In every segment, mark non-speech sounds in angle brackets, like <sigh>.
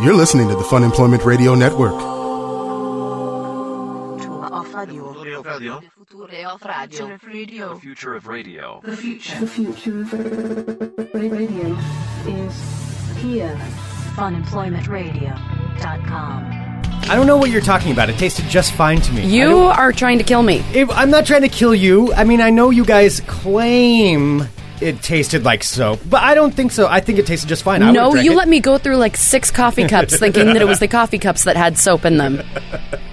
You're listening to the Fun Employment Radio Network. Off radio. Audio Radio, Future of radio. the future of radio. The future of radio is here. Funemploymentradio.com. I don't know what you're talking about. It tasted just fine to me. I You don't- are trying to kill me. If- I'm not trying to kill you. I mean, I know you guys claim it tasted like soap, but I don't think so. I think it tasted just fine. I no, you let let me. me go through like six coffee cups thinking that it was the coffee cups that had soap in them.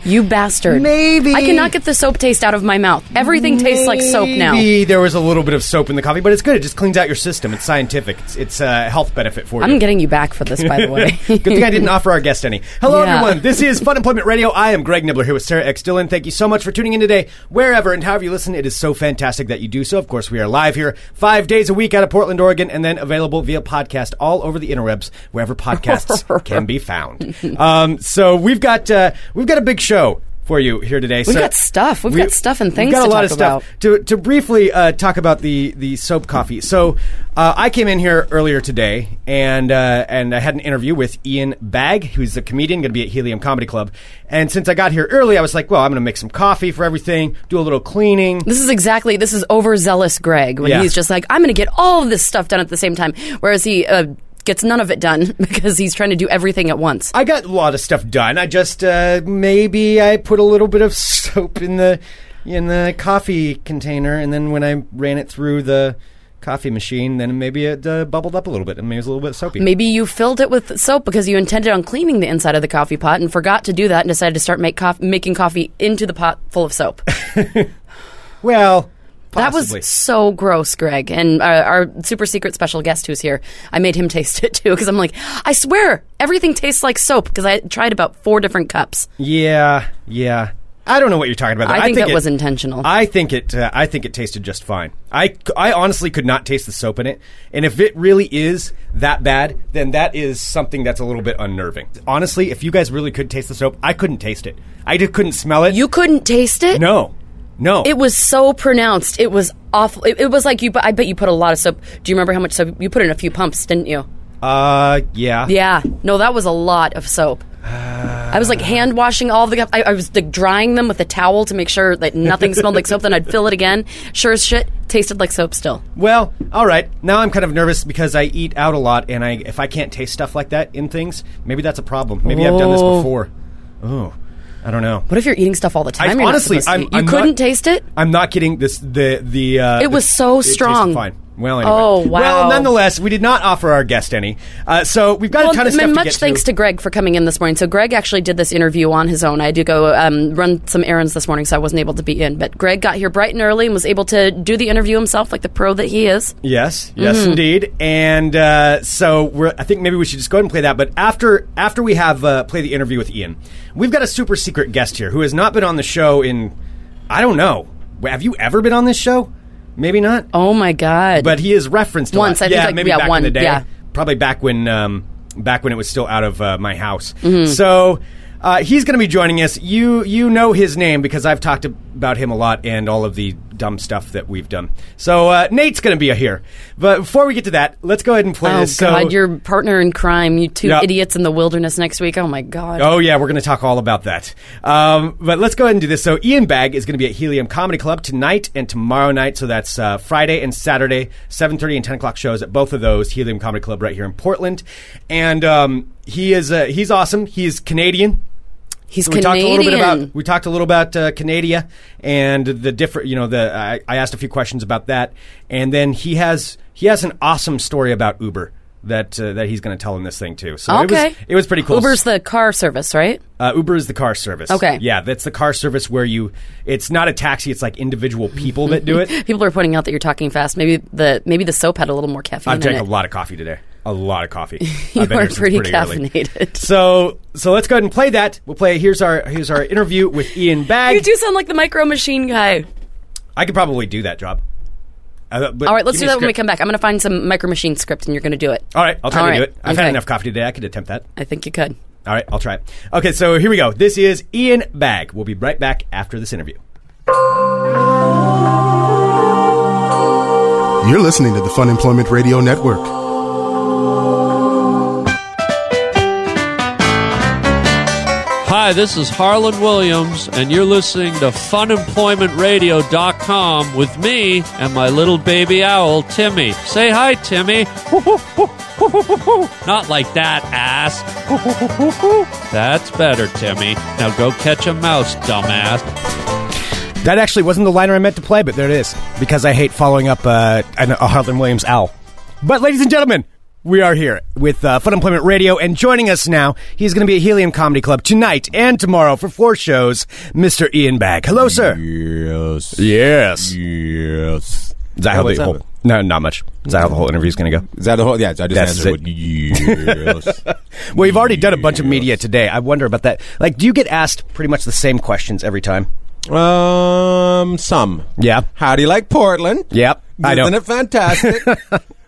You bastard. Maybe. I cannot get the soap taste out of my mouth. Everything tastes like soap now. Maybe there was a little bit of soap in the coffee, but it's good. It just cleans out your system. It's scientific. It's, it's a health benefit for you. I'm getting you back for this, by the way. <laughs> Good thing I didn't offer our guest any. Hello, Yeah. everyone. This is Fun Employment Radio. I am Greg Nibbler here with Sarah X. Dillon. Thank you so much for tuning in today. Wherever and however you listen, it is so fantastic that you do so. Of course, we are live here five days a week out of Portland, Oregon, and then available via podcast all over the interwebs, wherever podcasts can be found. Um, so we've got uh, we've got a big show. For you here today, we've got stuff. We've got stuff and things We've got to a lot of talk stuff about. to, to briefly uh, talk about the, the soap coffee. So uh, I came in here earlier today, and uh, and I had an interview with Ian Bagg, who's a comedian, going to be at Helium Comedy Club. And since I got here early, I was like, well, I'm going to make some coffee for everything, do a little cleaning. <laughs> This is exactly this is overzealous Greg when Yeah. he's just like I'm going to get all of this stuff done at the same time, whereas he uh, gets none of it done <laughs> because he's trying to do everything at once. I got a lot of stuff done. I just uh, maybe I put a little bit of <laughs> soap in the in the coffee container, and then when I ran it through the coffee machine, then maybe it uh, bubbled up a little bit, and maybe it was a little bit soapy. Maybe you filled it with soap because you intended on cleaning the inside of the coffee pot and forgot to do that and decided to start make cof- making coffee into the pot full of <laughs> soap. Well, that possibly. was so gross, Greg. And uh, our super secret special guest who's here, I made him <laughs> taste it too because I'm like, I swear everything tastes like soap because I tried about four different cups. Yeah, yeah. I don't know what you're talking about. I though. think that it- was intentional. I think it. Uh, I think it tasted just fine. I, c- I honestly could not taste the soap in it, and if it really is that bad, then that is something that's a little bit unnerving. Honestly, if you guys really could taste the soap, I couldn't taste it. I just couldn't smell it. you couldn't taste it? no, no. It was so pronounced. It was awful. It, it was like you. I bet you put a lot of soap. Do you remember how much soap you put in a few pumps? Didn't you? uh, yeah, Yeah. No, that was a lot of soap. I was like hand washing all of the. I, I was like drying them with a towel to make sure that nothing smelled like soap. Then I'd fill it again. Sure as shit, tasted like soap still. Well, all right. Now I'm kind of nervous because I eat out a lot, and I if I can't taste stuff like that in things, maybe that's a problem. Maybe I've done this Oh. before. Oh, I don't know. What if you're eating stuff all the time? I've- you're not honestly, supposed to I'm- eat? you I'm couldn't not- taste it. I'm not getting this. The the uh, It was so tasted strong. fine. Well, anyway. Oh, wow. Well, nonetheless, we did not offer our guest any. Uh, so we've got Well, a ton of th- stuff to much get thanks to Greg for coming in this morning. So Greg actually did this interview on his own. I do go um, run some errands this morning, so I wasn't able to be in. But Greg got here bright and early and was able to do the interview himself, like the pro that he is. Yes, yes, Mm-hmm. indeed. And uh, so we're. I think maybe we should just go ahead and play that. But after after we have uh, play the interview with Ian, we've got a super secret guest here who has not been on the show in. I don't know. Have you ever been on this show? Maybe not. Oh my god! but he is referenced a Once, lot. I think, yeah, like, maybe yeah, back one, in the day, yeah. probably back when um, back when it was still out of uh, my house. Mm-hmm. So uh, he's going to be joining us. You you know his name because I've talked about him a lot and all of the dumb stuff that we've done. So uh, Nate's going to be here. But before we get to that, let's go ahead and play Oh this. So- God! Your partner in crime, you two Yeah. idiots in the wilderness next week. Oh my God! Oh yeah, we're going to talk all about that. Um, but let's go ahead and do this. So Ian Bagg is going to be at Helium Comedy Club tonight and tomorrow night. So that's uh, Friday and Saturday, seven thirty and ten o'clock shows at both of those Helium Comedy Club right here in Portland. And um, he is uh, he's awesome. He's Canadian. He's We talked a Canadian. little bit about we talked a little about uh, Canada and the different. You know, the I, I asked a few questions about that, and then he has he has an awesome story about Uber. That, uh, that he's going to tell in this thing too. So okay, it was it was pretty cool. Uber's the car service, right? Uh, Uber is the car service. Okay. Yeah, that's the car service where you. It's not a taxi. It's like individual people that <laughs> do it. People are pointing out that you're talking fast. Maybe the maybe the soap had a little more caffeine I've in drank it. a lot of coffee today. A lot of coffee. <laughs> You I've been are here since pretty, early. caffeinated. <laughs> So so let's go ahead and play that. We'll play. Here's our here's our interview with Ian Bagg. you do sound like the micro machine guy. I could probably do that job. Uh, but All right, let's give me do a that when we script. come back. I'm going to find some micro machine script, and you're going to do it. All right, I'll try All to do right, it. I've had okay. enough coffee today. I could attempt that. I think you could. All right, I'll try it. Okay, so here we go. This is Ian Bagg. We'll be right back after this interview. You're listening to the Fun Employment Radio Network. Hi, this is Harlan Williams, and you're listening to FunEmploymentRadio.com with me and my little baby owl, Timmy. Say hi, Timmy. Not like that, ass. That's better, Timmy. Now go catch a mouse, dumbass. That actually wasn't the liner I meant to play, but there it is because I hate following up uh, an- a Harlan Williams owl. But, ladies and gentlemen, we are here with uh, Fun Employment Radio, and joining us now, he's going to be at Helium Comedy Club tonight and tomorrow for four shows. Mr. Ian Bag, hello, sir. Yes. Yes. Yes. Is that how Wait, the is that- whole? No, not much. Is that how the whole interview is going to go? Is that the whole? Yeah, I just That's answered with yes. Well, you've already done a bunch of media today. I wonder about that. Like, do you get asked pretty much the same questions every time? <laughs> um, some. Yeah. How do you like Portland? Yep. I know. Isn't it <laughs> fantastic?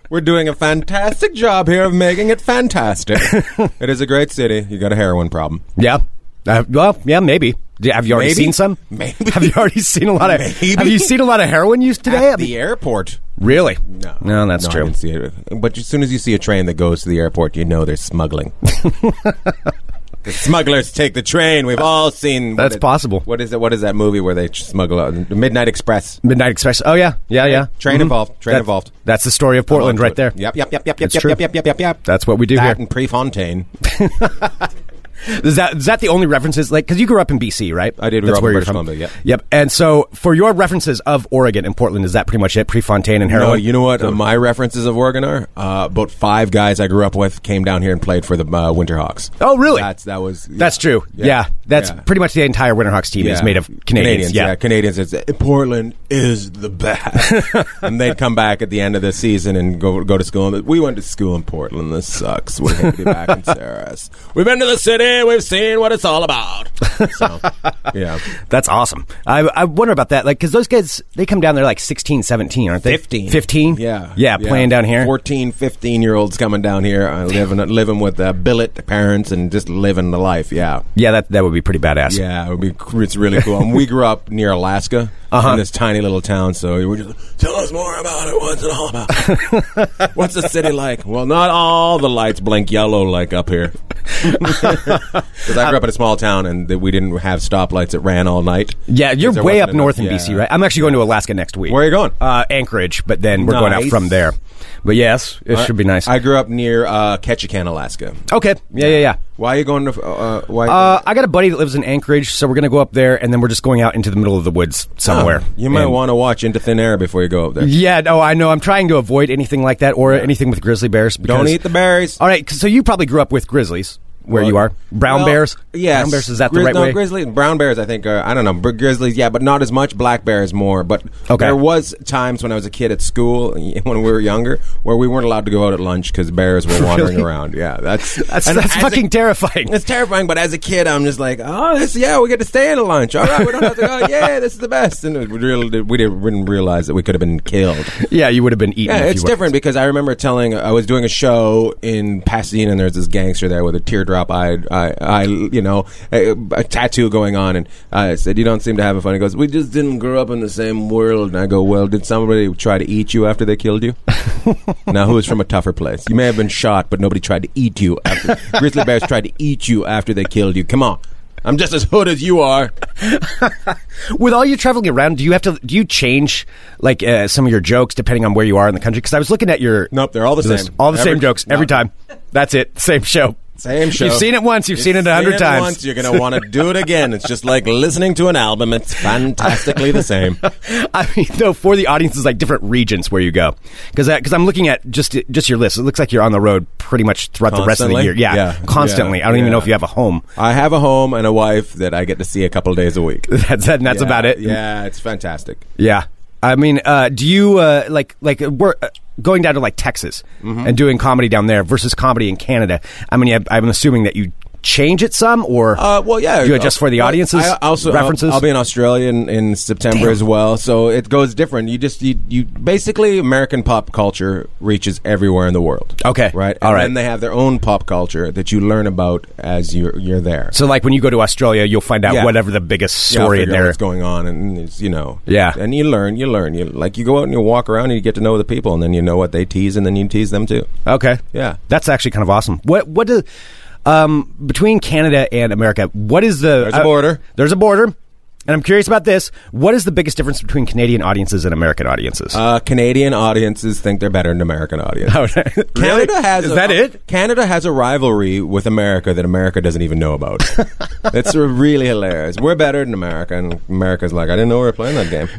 We're doing a fantastic job here of making it <laughs> fantastic. it is a great city. You got a heroin problem. Yeah. Uh, well, yeah, maybe. Yeah, Have you already Maybe. seen some? Maybe. Have you already seen a lot of? Maybe. Have you seen a lot of heroin use today? At the airport. really? No. No, that's I true. didn't see it. But as soon as you see a train that goes to the airport, you know they're <laughs> smuggling. the smugglers take the train. We've all seen. what That's it- possible. What is it? What is that movie where they smuggle out? Midnight Express. Midnight Express. Oh yeah, yeah, yeah. Train Mhm. involved. Train That- involved. That's the story of Portland right there. Yep, yep, yep, yep, It's yep, true. yep, yep, yep, yep, yep. That's what we do that here. and Prefontaine. <laughs> Is that is that the only references? Like, because you grew up in BC, right? I did grow That's up in where you're British from. Columbia, yep. Yep. And so, for your references of Oregon and Portland, is that pretty much it? Prefontaine and heroin. No, you know what? uh, my references of Oregon are uh, about five guys I grew up with came down here and played for the uh, Winterhawks. Oh, really? That's that was. That's true. Yeah, that's Yeah. pretty much the entire Winterhawks team is Yeah. made of Canadians. yeah. Canadians. It's, Portland is the best, <laughs> and they'd come back at the end of the season and go go to school. And we went to school in Portland. This sucks. We're happy to be <laughs> back in Sarah's. We've been to the city. We've seen what it's all about. So, yeah, That's awesome. I, I wonder about that. Like, because those guys, they come down there like 16, 17, aren't they? 15. 15? Yeah, Yeah, playing down here. 14, 15 year olds coming down here, uh, living living with uh, billet parents and just living the life. Yeah. Yeah, that, that would be pretty badass. Yeah, it would be, c- it's really cool. and we grew up near Alaska Uh-huh. in this tiny little town, so we were just tell us more about it. What's it all <laughs> about? What's the city like? Well, not all the lights blink yellow like <laughs> up here. Because I grew up in a small town and that we didn't have stoplights that ran all night. Yeah, 'Cause you're there way wasn't up north in enough- BC, yeah. right? I'm actually going to Alaska next week. Where are you going? Uh, Anchorage, but then we're going out Nice. from there. But yes, it should be nice. I grew up near uh, Ketchikan, Alaska. okay. Yeah, yeah, yeah. Why are you going to? Uh, why? Uh, I got a buddy that lives in Anchorage, so we're going to go up there, and then we're just going out into the middle of the woods somewhere. you might And- want to watch Into Thin Air before you go up there. uh, Yeah, no, I know. I'm trying to avoid anything like that or anything with grizzly bears. Because, Don't eat the berries. All right, so you probably grew up with grizzlies where Well, you are. Brown well, bears? Yes. Brown bears, is that the Grizz- right no, way? Grizzlies, brown bears, I think. Are, I don't know. Br- Grizzlies, yeah, but not as much. Black bears more. But Okay. there was times when I was a kid at school, <laughs> when we were younger, where we weren't allowed to go out at lunch because <laughs> bears were wandering Really? around. Yeah, that's <laughs> That's, and that's as fucking a- terrifying. It's terrifying, but as a kid, I'm just like, oh, this, yeah, we get to stay at a lunch. All right, we don't have <laughs> to go. Yeah, this is the best. And it really, we didn't, we didn't realize that we could have been killed. yeah, you would have been eaten. Yeah, if it's you were- different because I remember telling I was doing a show in Pasadena, and there's this gangster there with a teardrop eye, eye, eye you know, a, a tattoo going on, and I said, "You don't seem to have a fun." He goes, "We just didn't grow up in the same world." And I go, "Well, did somebody try to eat you after they <laughs> killed you?" now, who is from a tougher place? You may have been shot, but nobody tried to eat you. <laughs> After, grizzly bears tried to eat you after they killed you. Come on. I'm just as hood as you are. With all you traveling around, do you have to do you change like uh, some of your jokes depending on where you are in the country? Because I was looking at your Nope, they're all the list. same. all the Every- same jokes every no. time. That's it, same show, Same show. You've seen it once, you've seen it a hundred it times. Once, you're gonna want to do it again. It's just like listening to an album. It's fantastically the same. <laughs> I mean, though, for the audiences, like different regions where you go, because because I'm looking at just just your list. It looks like you're on the road pretty much throughout the rest of Constantly? the year. Yeah, Yeah. constantly. I don't even Yeah. know if you have a home. <laughs> I have a home and a wife that I get to see a couple days a week. That's and that's Yeah, about it. Yeah, it's fantastic. yeah. I mean, uh, do you uh, like like uh, we're uh, going down to like Texas Mm-hmm. and doing comedy down there versus comedy in Canada? I mean, I, I'm assuming that you change it some, or Uh, well, yeah. you adjust for the Well, audiences I also references. I'll, I'll be in Australia in, in September as well, so it goes different. You just you, you basically American pop culture reaches everywhere in the world. Okay. right. All and right. Then they have their own pop culture that you learn about as you're you're there. so, like when you go to Australia, you'll find out Yeah. whatever the biggest Yeah, story in figure out there. what's going on, and it's, you know, Yeah. and you learn, you learn, you like you go out and you walk around and you get to know the people, and then you know what they tease, and then you tease them too. Okay. Yeah. That's actually kind of awesome. What what do um, between Canada and America, what is the uh, There's a border. there's a border, and I'm curious about this. What is the biggest difference between Canadian audiences and American audiences? Uh, Canadian audiences think they're better than American audiences. <laughs> Canada Canada has Oh, is a- that it? Canada has a rivalry with America that America doesn't even know <laughs> about. it's uh, really hilarious. We're better than America, and America's like, I didn't know we were playing that <laughs> game.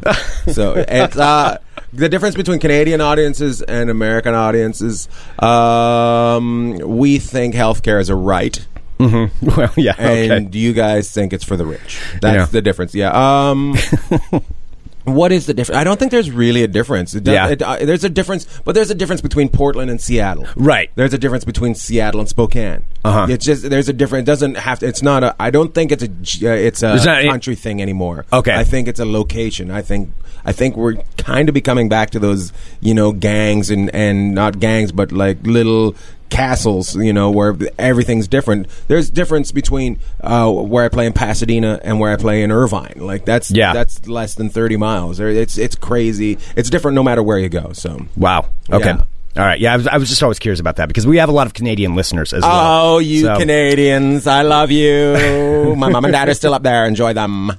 so it's uh, the difference between Canadian audiences and American audiences. Um, we think healthcare is a right. Mm-hmm. <laughs> Well, yeah, And okay. you guys think it's for the rich. That's Yeah. the difference. Yeah. <laughs> Um, what is the difference? I don't think there's really a difference. It does- Yeah. it, uh, there's a difference, but there's a difference between Portland and Seattle. Right. There's a difference between Seattle and Spokane. Uh-huh. It's just there's a difference. It doesn't have to. It's not a. I don't think it's a. g- Uh, it's a It's not- it- country thing anymore. Okay. I think it's a location. I think. I think we're kind of becoming back to those, you know, gangs and and not gangs, but like little castles, you know, where everything's different. There's difference between uh, where I play in Pasadena and where I play in Irvine. Like that's Yeah. that's less than thirty miles. There- It's it's crazy. It's different no matter where you go. So wow. Okay. Yeah. All right. Yeah, I was, I was just always curious about that because we have a lot of Canadian listeners as well. Oh, you So- Canadians, I love <laughs> you. My mom and dad are still up there. Enjoy them.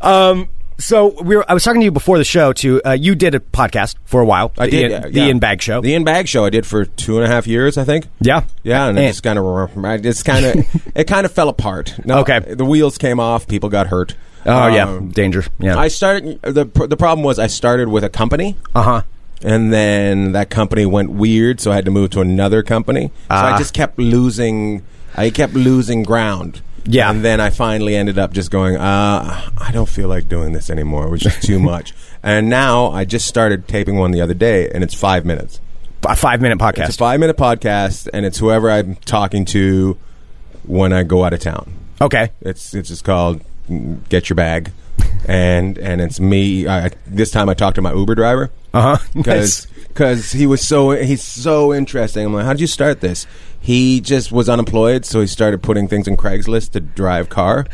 Um, so we were, I was talking to you before the show. To uh, you did a podcast for a while. I the Ian, did yeah, the yeah. Ian Bag Show. The In Bag Show I did for two and a half years, I think. yeah, Yeah, and, And- it just kind of, I just kind <laughs> of, it kind of fell apart. No, Okay. the wheels came off. People got hurt. oh yeah, Um, danger. Yeah, I started the pr- the problem was I started with a company. uh huh. And then that company went weird, so I had to move to another company. Ah. so I just kept losing. I kept losing ground. Yeah. And then I finally ended up just going, uh, I don't feel like doing this anymore, which is <laughs> too much. And now I just started taping one the other day, and it's five minutes. A five minute podcast. It's a five minute podcast, and it's whoever I'm talking to when I go out of town. okay. It's it's just called mm, Get Your Bag, and and it's me. I, I- this time I talked to my <laughs> Uber driver Uh <laughs> huh. because he was so he's so interesting. I'm like, how did you start this? He just was unemployed, so he started putting things in Craigslist to drive car,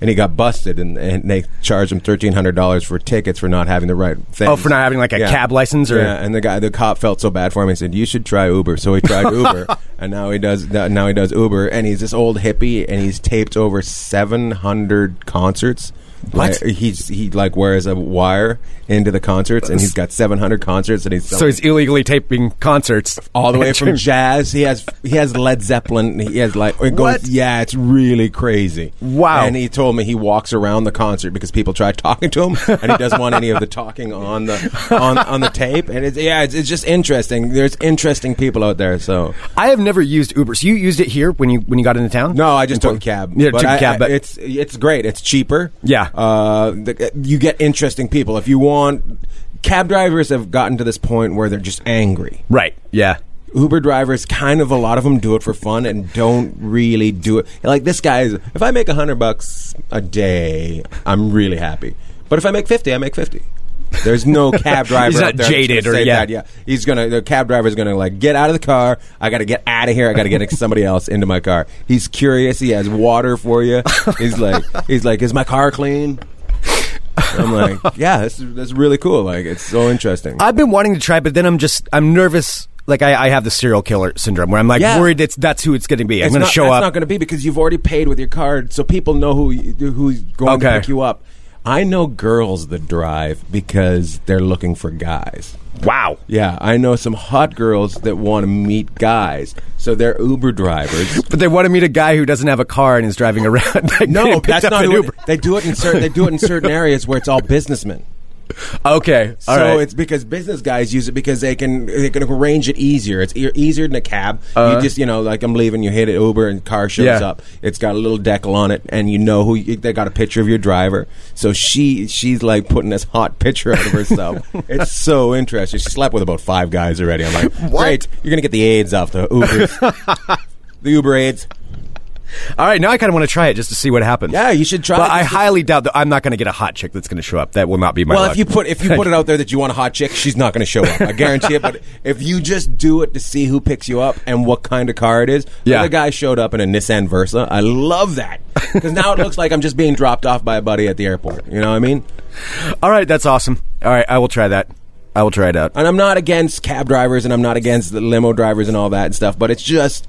and he got busted, and, and they charged him thirteen hundred dollars for tickets for not having the right thing. Oh, for not having, like, a cab license or- yeah. And the guy, the cop, felt so bad for him. He said, "You should try Uber." So he <laughs> tried Uber, and now he does now he does Uber, and he's this old hippie, and he's taped over seven hundred concerts. What? Like, he's he like wears a wire into the concerts, and he's got seven hundred concerts, and he's so he's illegally taping concerts all <laughs> the way from jazz. He has he has Led Zeppelin. He has like it goes, What? Yeah, it's really crazy. Wow. And he told me he walks around the concert because people try talking to him, and he doesn't want any of the talking on the on on the tape. And it's yeah, it's, it's just interesting. There's interesting people out there. So I have never used Uber. So you used it here when you when you got into town? no, I just took a cab. Yeah, took a I- cab, I- but- it's it's great. It's cheaper. Yeah. Uh, the, you get interesting people if you want. Cab drivers have gotten to this point where they're just angry. Right. Yeah. Uber drivers, kind of a lot of them do it for fun and don't really do it. Like this guy is, if I make a hundred bucks a day, I'm really happy. But if I make fifty, I make fifty. There's <laughs> no cab driver. He's not out there that's gonna jaded or- say yeah. that, yeah. He's gonna the cab driver's gonna like get out of the car. I gotta get out of here. I gotta get somebody else into my car. He's curious. He has water for you. He's like he's like, is my car clean? I'm like, yeah, this is, that's really cool. Like it's so interesting. I've been wanting to try, but then I'm just I'm nervous. Like I, I have the serial killer syndrome where I'm like Yeah. worried it's that's who it's going to be. I'm It's going to not- show that's up. not going to be because you've already paid with your card, so people know who you- who's going Okay. to pick you up. I know girls that drive because they're looking for guys. wow. Yeah, I know some hot girls that want to meet guys, so they're Uber drivers. But they want to meet a guy who doesn't have a car and is driving around. <laughs> Like, <laughs> they no, picked that's up not an who it- Uber. they do it in certain they do it in certain <laughs> areas where it's all businessmen. Okay. So All right. it's because business guys use it because they can they can arrange it easier. It's e- easier than a cab. you just you know like I'm leaving, you hit it Uber and car shows Uh-huh. Yeah. up. It's got a little decal on it, and you know who you, they got a picture of your driver. So she she's like putting this hot picture out <laughs> of herself. it's so interesting. She slept with about five guys already. I'm <laughs> like, great, you're gonna get the AIDS off the Ubers. the Uber AIDS. All right. Now I kind of want to try it just to see what happens. Yeah, you should try. But it. I Just- highly doubt that I'm not going to get a hot chick that's going to show up. That will not be my. Well, luck. if you put if you put it out there that you want a hot chick, she's not going to show up. I guarantee it. But if you just do it to see who picks you up and what kind of car it is, Yeah. the guy showed up in a Nissan Versa. I love that because now it looks like I'm just being dropped off by a buddy at the airport. You know what I mean? All right, that's awesome. All right, I will try that. I will try it out. And I'm not against cab drivers and I'm not against the limo drivers and all that and stuff, but it's just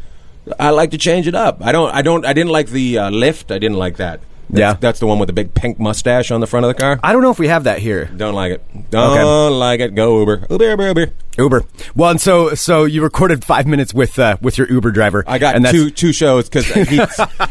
I like to change it up. I don't. I don't. I didn't like the uh, lift. I didn't like that. That's, Yeah. that's the one with the big pink mustache on the front of the car. I don't know if we have that here. don't like it. Don't like it. Go Uber. Uber. Uber. Uber. Uber. Well, and so so you recorded five minutes with uh, with your Uber driver. I got and that's- two two shows because <laughs> he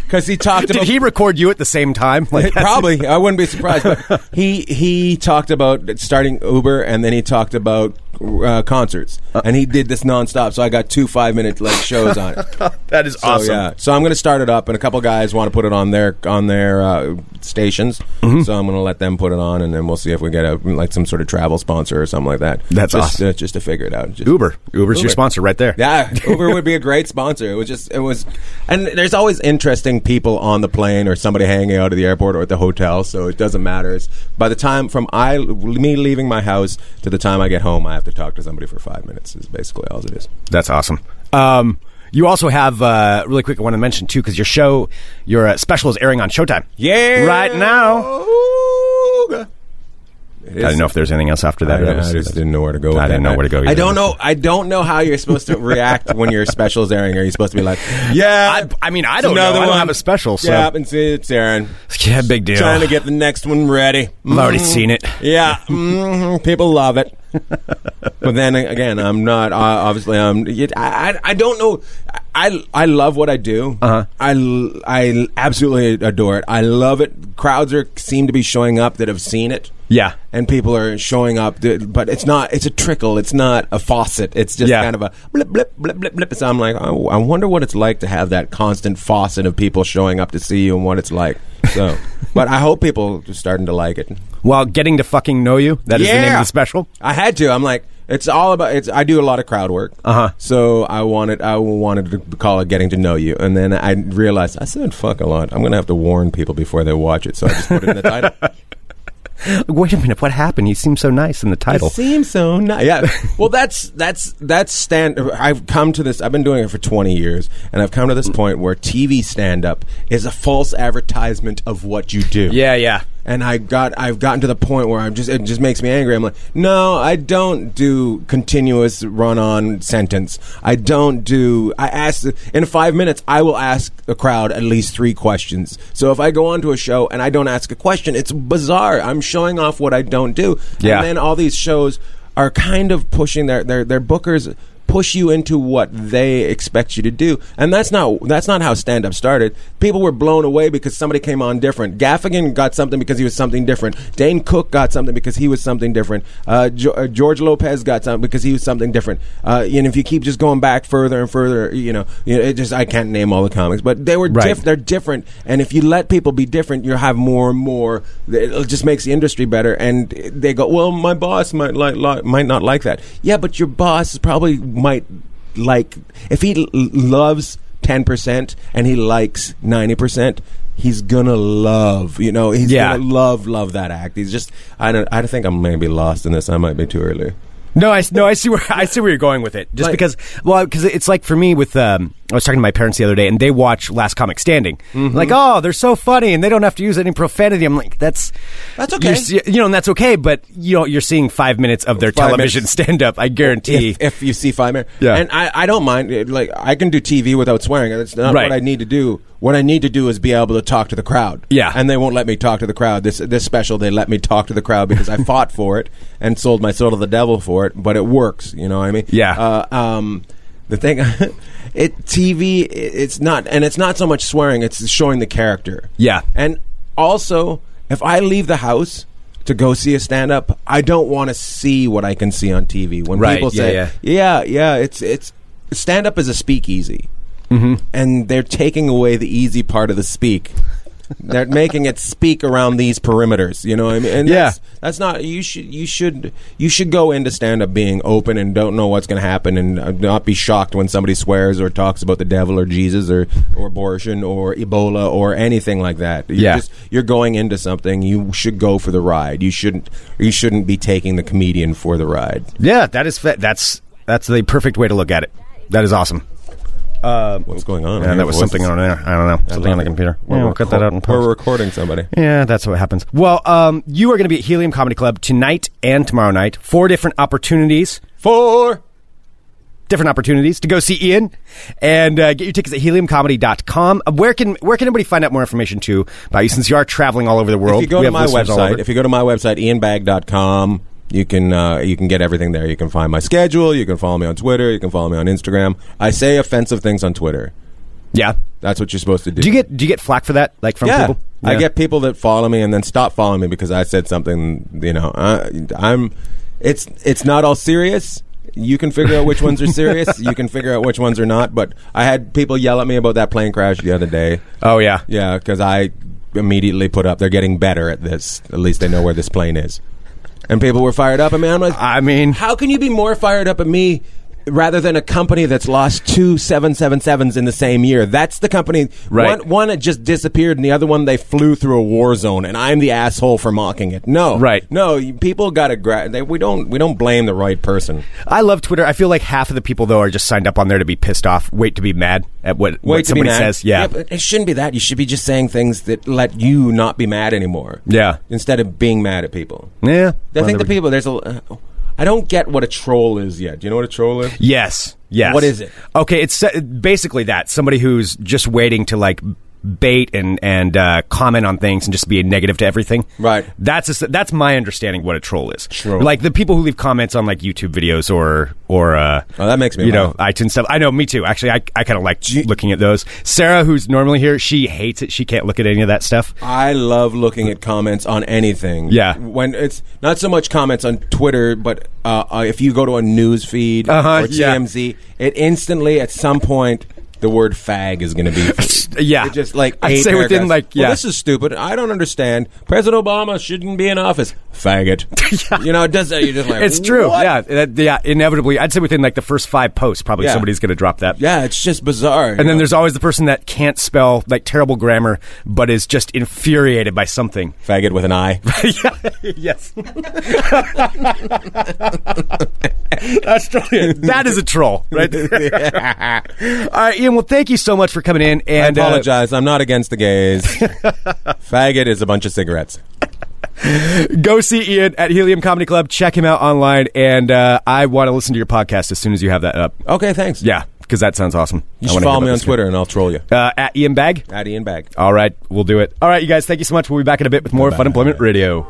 because he talked Did about he record you at the same <laughs> time? Like that's- probably I wouldn't be surprised. But he he talked about starting Uber and then he talked about uh, concerts and he did this nonstop. So I got two five minute like shows on <laughs> it. So, <laughs> that is awesome. yeah, so I'm going to start it up and a couple guys want to put it on their on their uh, stations. Mm-hmm. So I'm going to let them put it on and then we'll see if we get a like some sort of travel sponsor or something like that. That's just, awesome. uh, just to figure it out. Just, Uber. Uber's your Uber. sponsor right there. Yeah, Uber would be a great sponsor. It was just, it was, and there's always interesting people on the plane or somebody hanging out at the airport or at the hotel, so it doesn't matter. It's, by the time from I me leaving my house to the time I get home, I have to talk to somebody for five minutes. Is basically all it is. That's awesome. Um, you also have uh, really quick. I want to mention too because your show, your uh, special is airing on Showtime. Yeah, Right now. Ooga. It I is- don't know if there's anything else after that. I, That I was- just didn't know where to go. with I that. didn't know where to go I either. don't know. I don't know how you're supposed to react when your special's airing. Are you supposed to be like, "Yeah"? I- I mean, I it's don't know. another I don't one. have a special, so- yeah, it's, it's airing. Yeah, big deal. Trying to get the next one ready. Mm. I've already seen it. Yeah, hmm people love it. but then again, I'm not. Uh, obviously, I'm. yet- I, I I don't know. I I love what I do. Uh-huh. I l- I absolutely adore it. I love it. Crowds are seem to be showing up that have seen it. Yeah. and people are showing up, that- but it's not. It's a trickle. It's not a faucet. It's just Yeah. kind of a blip blip blip blip blip. So I'm like, oh, I wonder what it's like to have that constant faucet of people showing up to see you and what it's like. So, <laughs> but I hope people are starting to like it. While getting to fucking know you. That is the name of the special. I had to. I'm like, it's all about. It's I do a lot of crowd work. Uh huh. So I wanted, I wanted to call it getting to know you, and then I realized I said fuck a lot. I'm gonna have to warn people before they watch it. So I just put it in the title. Wait a minute. What happened? He seemed so nice in the title. It seems so nice. Yeah. Well, that's that's that's stand. I've come to this. I've been doing it for twenty years, and I've come to this point where TV stand up is a false advertisement of what you do. Yeah, yeah. And I got I've gotten to the point where I'm just it just makes me angry. I'm like, no, I don't do continuous run on sentence. I don't do. I ask in five minutes. I will ask a crowd at least three questions. So if I go onto a show and I don't ask a question, it's bizarre. I'm showing off what I don't do. Yeah. And then all these shows are kind of pushing their their their bookers push you into what they expect you to do and that's not that's not how stand up started people were blown away because somebody came on different gaffigan got something because he was something different dane cook got something because he was something different uh, jo- uh, george lopez got something because he was something different uh, and if you keep just going back further and further you know, you know it just i can't name all the comics but they were Right. diff- they're different and if you let people be different you'll have more and more it just makes the industry better and they go well my boss might like, like might not like that yeah but your boss probably might like if he l- loves 10% and he likes 90% he's gonna love you know he's Yeah. gonna love love that act he's just i don't i think i'm maybe lost in this i might be too early No, I no, I see where I see where you're going with it. Just Like- because, well, because it's like for me with um, I was talking to my parents the other day, and they watch Last Comic Standing. Mm-hmm. Like, oh, they're so funny, and they don't have to use any profanity. I'm like, that's That's You're okay. see- you know, and that's okay. But you know, you're seeing five minutes of their Five television <laughs> minutes. stand up. I guarantee. If, if you see five minutes. Yeah. And I, I don't mind. It, Like, I can do TV without swearing. That's not Right. what I need to do. What I need to do is be able to talk to the crowd. Yeah. And they won't let me talk to the crowd. This this special, they let me talk to the crowd because <laughs> I fought for it and sold my soul to the devil for it, but it works. You know what I mean? Yeah. Uh, um, the thing, <laughs> it TV, i- it's not, and it's not so much swearing, it's showing the character. Yeah. And also, if I leave the house to go see a stand up, I don't want to see what I can see on TV. When Right, people yeah, say, yeah. yeah, yeah, it's it's stand up is a speakeasy, mm-hmm. and they're taking away the easy part of the speak. they're making it speak around these perimeters. You know what I mean? And Yeah. that's, that's not you should you should you should go into stand up being open and don't know what's going to happen and uh, not be shocked when somebody swears or talks about the devil or Jesus or or abortion or Ebola or anything like that. You're Yeah. just- you're going into something. You should go for the ride. You shouldn't you shouldn't be taking the comedian for the ride. yeah, that is fa- that's that's the perfect way to look at it. That is awesome. What's going on? Yeah, that was something on there. I don't know something on the it. computer. We're yeah, we'll reco- cut that out and We're post. recording somebody. Yeah, that's what happens. Well, um, you are going to be at Helium Comedy Club tonight and tomorrow night. Four different opportunities. Four different opportunities to go see Ian and uh, get your tickets at heliumcomedy.com. Uh, Where can where can everybody find out more information too about you since you are traveling all over the world? If you go we have to my listeners all over. website, if you go to my website, ianbag.com, you can uh, you can get everything there. You can find my schedule. You can follow me on Twitter. You can follow me on Instagram. I say offensive things on Twitter. yeah. That's what you're supposed to do. Do you get do you get flack for that like from yeah. people? I Yeah. get people that follow me and then stop following me because I said something. You know, I, I'm. It's it's not all serious. You can figure out which ones are serious. you can figure out which ones are not. But I had people yell at me about that plane crash the other day. Oh yeah. Yeah, because I immediately put up. They're getting better at this. At least they know where this plane is. And people were fired up at me. I'm like, I mean, how can you be more fired up at me rather than a company that's lost two 777s in the same year? That's the company. Right. One, one had just disappeared, and the other one they flew through a war zone, and I'm the asshole for mocking it. No, Right. No, you- people got to. Gra- they, we don't. We don't blame the right person. I love Twitter. I feel like half of the people though are just signed up on there to be pissed off, wait to be mad at what, what Wait, to be somebody mad. says. Yeah. but it shouldn't be that. You should be just saying things that let you not be mad anymore. Yeah. instead of being mad at people. Yeah. I Well, think the there we- people there's a. Uh, I don't get what a troll is yet. Do you know what a troll is? Yes. Yes. What is it? Okay, it's uh, basically that somebody who's just waiting to like bait and and uh, comment on things and just be negative to everything. Right. That's a s that's my understanding of what a troll is. Troll. Like the people who leave comments on like YouTube videos or or uh, Oh, that makes me you laugh. know iTunes stuff. I know, me too. Actually, I I kind of like looking at those. Sarah, who's normally here, she hates it. She can't look at any of that stuff. I love looking at comments on anything. Yeah. when it's not so much comments on Twitter, but uh, uh, if you go to a news feed Uh-huh, or yeah. TMZ, it instantly at some point the word "fag" is going to be. <laughs> Yeah. It just like I'd eight say within, paragraphs. like, Well, yeah. this is stupid. I don't understand. President Obama shouldn't be in office. Faggot. <laughs> You know, it does that. You're just like It's true. "What?" Yeah, that, yeah. Inevitably, I'd say within like the first five posts, probably Yeah. somebody's going to drop that. yeah. It's just bizarre. And then there's always the person that can't spell like terrible grammar, but is just infuriated by <laughs> something. faggot with an eye. <laughs> yes, that's brilliant. That is a troll, right? <laughs> there. All right, Ian. Well, thank you so much for coming in. <laughs> And I uh, apologize. I'm not against <laughs> the gays. Faggot is a bunch of cigarettes. go see Ian at Helium Comedy Club. Check him out online. And uh, I want to listen to your podcast as soon as you have that up. Okay, thanks. Yeah, because that sounds awesome. I You should wanna hear follow about me on this guy. Twitter and I'll troll you. uh, at Ian Bag. At Ian Bag. All right, we'll do it. All right, you guys, thank you so much. We'll be back in a bit with more Bye-bye. Fun Employment Radio.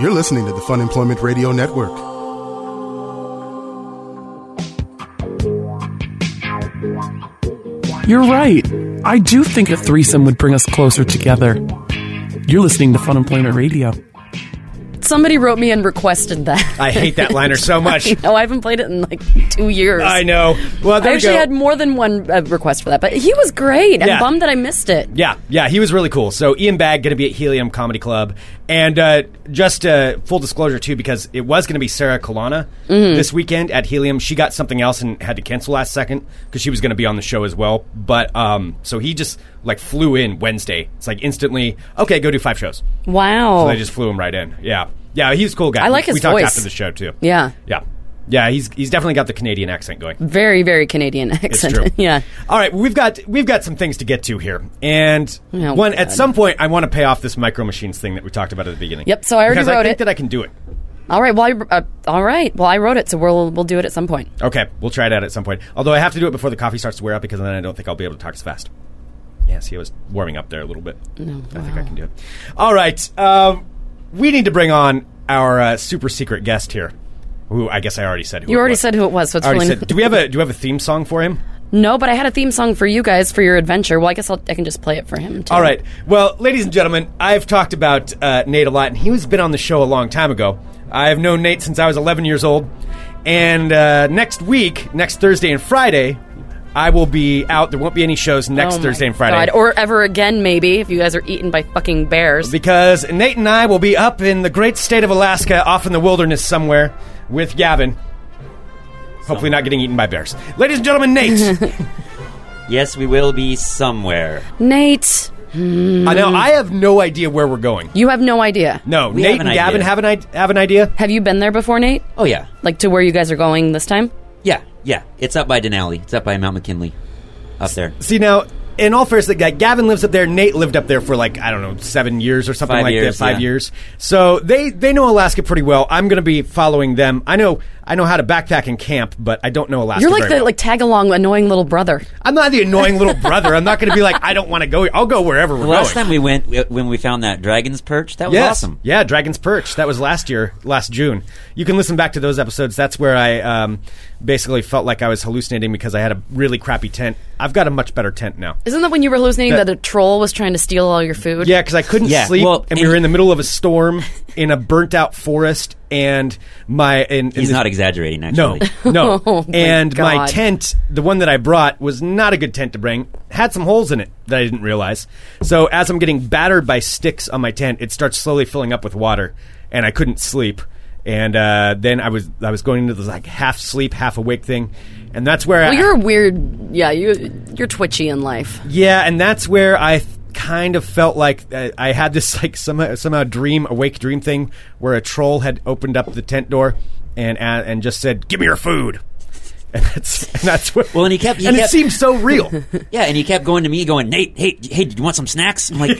You're listening to the Fun Employment Radio Network. You're right. I do think a threesome would bring us closer together. You're listening to Fun Employment Radio. Somebody wrote me and requested that. I hate that liner so much. no, <laughs> I haven't played it in like two years. I know. Well, there I you actually go. had more than one uh, request for that, but he was great. Yeah. I'm bummed that I missed it. yeah, yeah, he was really cool. So Ian Bagg going to be at Helium Comedy Club, and uh, just uh, full disclosure too, because it was going to be Sarah Kalana Mm-hmm. this weekend at Helium. She got something else and had to cancel last second because she was going to be on the show as well. But um, so he just like flew in Wednesday. It's like instantly, okay, go do five shows. Wow. So they just flew him right in. Yeah, yeah, he's a cool guy. Oh. I like his We talked voice. after the show too. yeah. Yeah. Yeah, he's he's definitely got the Canadian accent going. Very, very Canadian accent. true. <laughs> yeah. All right, we've got we've got some things to get to here, and Oh, one at God. some point I want to pay off this micro machines thing that we talked about at the beginning. Yep, so I already because I wrote think it. that I can do it. All right. Well, I, uh, all right. Well, I wrote it, so we'll we'll do it at some point. Okay, we'll try it out at some point. Although I have to do it before the coffee starts to wear out because then I don't think I'll be able to talk as fast. Yes, he was warming up there a little bit. Oh, No, I think I can do it. All right, um, we need to bring on our uh, super secret guest here. Who I guess I already said. Who You it already was. said who it was, so it's I already really said. Do we have <laughs> a do we have a theme song for him? no. But I had a theme song for you guys for your adventure. Well, I guess I'll, I can just play it for him. Too. All right. Well, ladies and gentlemen, I've talked about uh, Nate a lot, and he was been on the show a long time ago. I've known Nate since I was 11 years old, and uh, next week, next Thursday and Friday, I will be out. There won't be any shows Oh next my Thursday and Friday. God. or ever again, maybe if you guys are eaten by fucking bears. because Nate and I will be up in the great state of Alaska, off in the wilderness somewhere, with Gavin. Hopefully, not getting eaten by bears. Ladies and gentlemen, Nate. Yes, we will be somewhere. Nate, I know I have no idea where we're going. you have no idea. No, We Nate have an and Gavin idea. have an I- have an idea. Have you been there before, Nate? Oh yeah, Like to where you guys are going this time? yeah, yeah. It's up by Denali. It's up by Mount McKinley, up there. See now, in all fairness, like, like, Gavin lives up there. Nate lived up there for like I don't know seven years or something Five like years, that. Five yeah. years. So they they know Alaska pretty well. I'm going to be following them. I know I know how to backpack and camp, but I don't know Alaska. You're like very the well. like tag along annoying little brother. I'm not the annoying little brother. I'm not going to be like I don't want to go. I'll go wherever we're The last going. time we went, we- when we found that dragon's perch, that was Yes. awesome. Yeah, Dragon's Perch. That was last year, last June. You can listen back to those episodes. That's where I um, basically felt like I was hallucinating because I had a really crappy tent. I've got a much better tent now. Isn't that when you were hallucinating That- that, a troll was trying to steal all your food? Yeah, because I couldn't Yeah, sleep, well, and we and- were in the middle of a storm <laughs> in a burnt-out forest, and my and, and He's this- not exaggerating, No, actually. <laughs> <laughs> no. <laughs> Oh, my and my God. tent, the one that I brought, was not a good tent to bring. Had some holes in it that I didn't realize. So as I'm getting battered by sticks on my tent, it starts slowly filling up with water, and I couldn't sleep. And uh, then I was I was going into this like half sleep, half awake thing, and that's where Well, I, you're a weird. Yeah, you you're twitchy in life. yeah, and that's where I th- kind of felt like uh, I had this <laughs> like somehow, somehow dream awake dream thing where a troll had opened up the tent door and uh, and just said, "Give me your food." <laughs> And that's and that's what. Well, and he kept- he and it kept- seemed so <laughs> real. Yeah, and he kept going to me, going, Nate, hey, hey, do you want some snacks? I'm <laughs> like,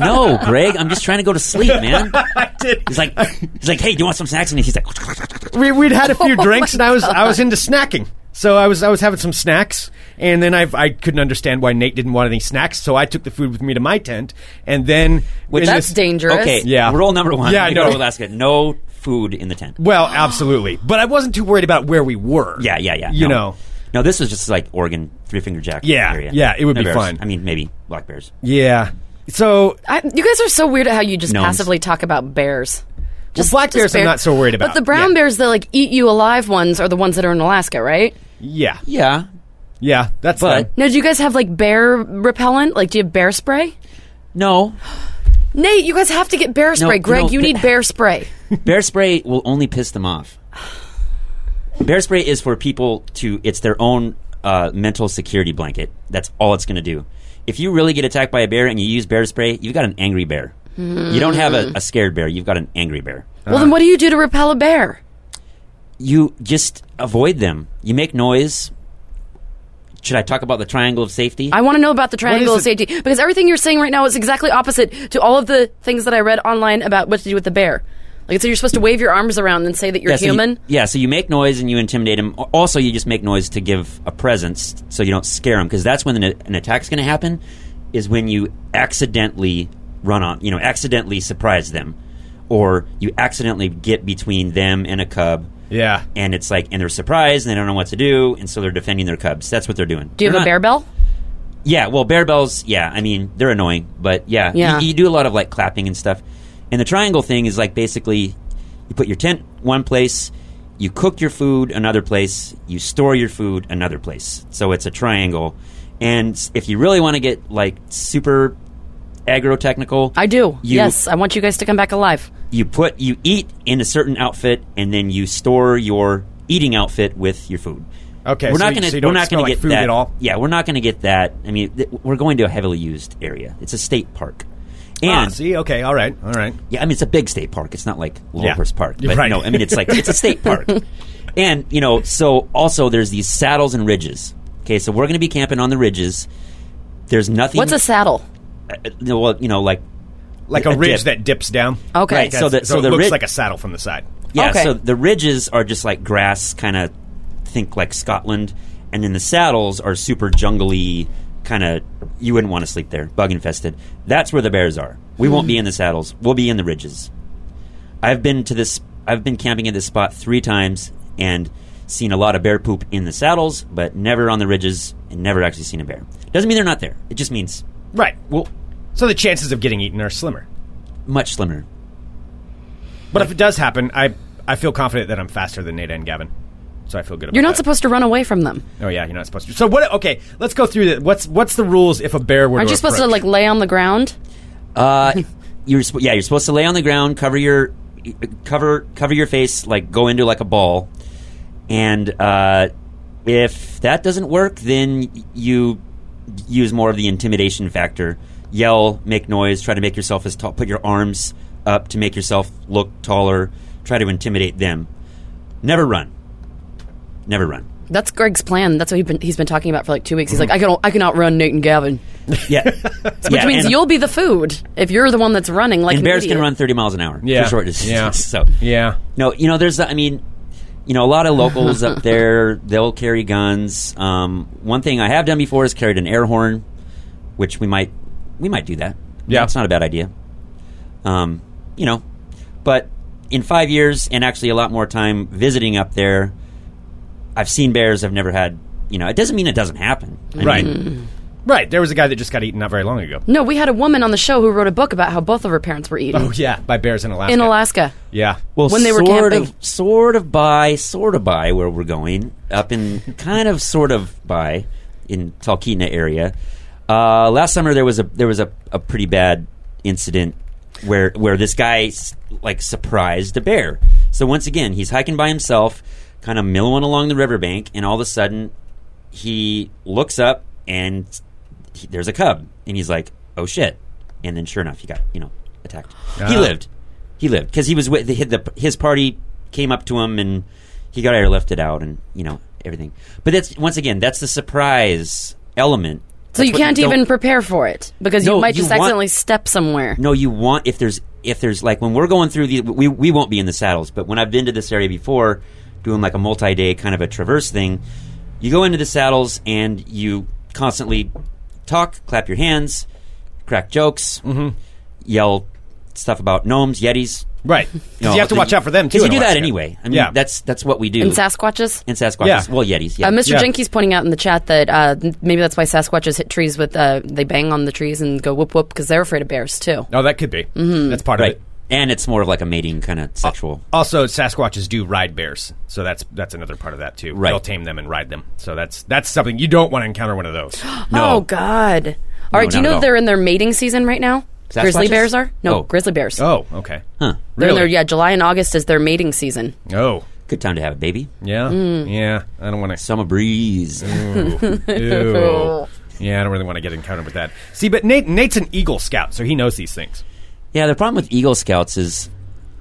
no, Greg, I'm just trying to go to sleep, man. I did. He's like, he's like, hey, do you want some snacks? And he's like, We, we'd had a few <laughs> Oh drinks, and I was I was into snacking. So I was I was having some snacks, and then I I couldn't understand why Nate didn't want any snacks. So I took the food with me to my tent, and then Which- in That's this- dangerous. okay, Yeah. rule number one. Yeah, when you no. go to Alaska, no food in the tent. Well, absolutely, but I wasn't too worried about where we were. Yeah, yeah, yeah. You no. know, No, this was just like Oregon Three Finger Jack Yeah, area. yeah, it would No be bears. fun. I mean, maybe black bears. Yeah. So I, you guys are so weird at how you just Gnomes. passively talk about bears. Just black just bears I'm not so worried about. But the brown Yeah. bears that like eat you alive ones are the ones that are in Alaska, right? yeah, Yeah, yeah, that's But- them. Now, do you guys have like bear repellent? Like, do you have bear spray? no, Nate, you guys have to get bear spray. no, Greg, you ba- <laughs> need bear spray. bear spray will only piss them off. Bear spray is for people to. It's their own uh, mental security blanket. That's all it's going to do. If you really get attacked by a bear and you use bear spray, you've got an angry bear. You don't have a, a scared bear. You've got an angry bear. Well, Uh. then what do you do to repel a bear? You just avoid them. You make noise. Should I talk about the triangle of safety? I want to know about the triangle of is it- safety because everything you're saying right now is exactly opposite to all of the things that I read online about what to do with the bear. Like, so you're supposed to wave your arms around and say that you're Yeah, so you- human. yeah, so you make noise and you intimidate him. Also, you just make noise to give a presence so you don't scare him because that's when an, an attack's going to happen is when you accidentally run on, you know, accidentally surprise them or you accidentally get between them and a cub. Yeah. And it's like, and they're surprised and they don't know what to do, and so they're defending their cubs. That's what they're doing. do you have They're a bear not- bell? Yeah, well, bear bells, yeah, I mean, they're annoying, but yeah, you- Yeah. You, do a lot of like clapping and stuff. And the triangle thing is like basically you put your tent one place, you cook your food another place, you store your food another place. So it's a triangle. And s- if you really want to get like super agro technical, I do. You- yes, I want you guys to come back alive. you put you eat in a certain outfit and then you store your eating outfit with your food. Okay, we're so not you- going to. so you we're don't not smell going to like get food that at all? Yeah, we're not going to get that. I mean, th- we're going to a heavily used area. It's a state park, and ah, see, okay, all right, all right. yeah, I mean, it's a big state park. It's not like Lopez Park, You're but right. no, I mean, it's like it's a state <laughs> park, and you know, so also there's these saddles and ridges. Okay, so we're going to be camping on the ridges. There's nothing. What's a saddle? uh, no, well, you know, like Like A a ridge dip. Oh, that dips down. Okay. Right, so, so the- so, so it the looks rid- like a saddle from the side. Yeah, Okay. so the ridges are just like grass, kind of think like Scotland, and then the saddles are super jungly, kind of you wouldn't want to sleep there, bug infested. That's where the bears are. We won't be in the saddles. We'll be in the ridges. I've been to this. I've been camping at this spot three times and seen a lot of bear poop in the saddles, but never on the ridges, and never actually seen a bear. Doesn't mean they're not there. It just means Right. well, So the chances of getting eaten are slimmer. much slimmer. But if it does happen, I I feel confident that I'm faster than Nate and Gavin. So I feel good about You're not uh, that. supposed to run away from them. Oh yeah, you're not supposed to. So what? Okay, let's go through the what's what's the rules if a bear were Aren't to you supposed to approach? like lay on the ground? Uh, you're sp- yeah, you're supposed to lay on the ground, cover your cover cover your face, like go into like a ball, and uh, if that doesn't work, then you use more of the intimidation factor. Yell, make noise, try to make yourself as tall. Put your arms up to make yourself look taller. Try to intimidate them. Never run. Never run. That's Greg's plan. That's what he's been, he's been talking about for like two weeks. He's like, I can I can outrun Nate and Gavin, Mm-hmm. Yeah, <laughs> which means you'll be the food if you're the one that's running. Like and an bears can idiot. run 30 miles an hour Yeah. for short distances. Yeah. <laughs> So Yeah. No, you know, there's. the- I mean, you know, a lot of locals up there, they'll carry guns. Um, one thing I have done before is carried an air horn, which we might we might do that. Yeah. it's not a bad idea. Um, you know, but in five years and actually a lot more time visiting up there, I've seen bears. I've never had. You know, it doesn't mean it doesn't happen. I Right. mean, Right. There was a guy that just got eaten not very long ago. No, we had a woman on the show who wrote a book about how both of her parents were eaten Oh <laughs> yeah, by bears in Alaska. in Alaska. Yeah. well, When they were sort camping. of, sort of by, sort of by where we're going up in kind of, sort of by in Talkeetna area. Uh, last summer there was a there was a, a pretty bad incident where where this guy s- like surprised a bear. So once again, he's hiking by himself, kind of milling along the riverbank, and all of a sudden he looks up and he, there's a cub, and he's like, "Oh shit!" And then sure enough, he got you know attacked. He Ah. lived. He lived because he was with the, the his party came up to him and he got airlifted out and you know everything. But that's once again that's the surprise element. So That's you what can't don't- even prepare for it because No, you might you just want- accidentally step somewhere. No, you want if there's if there's like when we're going through the we we won't be in the saddles, but when I've been to this area before, doing like a multi-day kind of a traverse thing, you go into the saddles and you constantly talk, clap your hands, crack jokes, yell stuff about gnomes, yetis. Right. <laughs> 'Cause you have to watch out for them too. Because you in do that Alaska. anyway. I mean, Yeah. that's that's what we do. And Sasquatches? and Sasquatches. Yeah. Well, yetis. Yeah. Uh, Mr. Yeah. Jenke's pointing out in the chat that uh, n- maybe that's why Sasquatches hit trees with uh, they bang on the trees and go whoop whoop because they're afraid of bears too. Oh, that could be. That's part right. of it. And it's more of like a mating kind Uh, of sexual. Also, Sasquatches do ride bears, so that's that's another part of that too. Right. They'll tame them and ride them. So that's that's something you don't want to encounter one of <gasps> those. No. Oh God! All right, not do you at know all. that they're in their mating season right now? Grizzly Sasquatches? bears are no Oh. grizzly bears. oh, okay. Huh. They're in their- Really? yeah, July and August is their mating season. Oh, Good time to have a baby. yeah, yeah. I don't <laughs> want to. Summer breeze. Oh. Ew. Yeah, I don't really want to get encountered with that. See, but Nate Nate's an Eagle Scout, so he knows these things. Yeah, the problem with Eagle Scouts is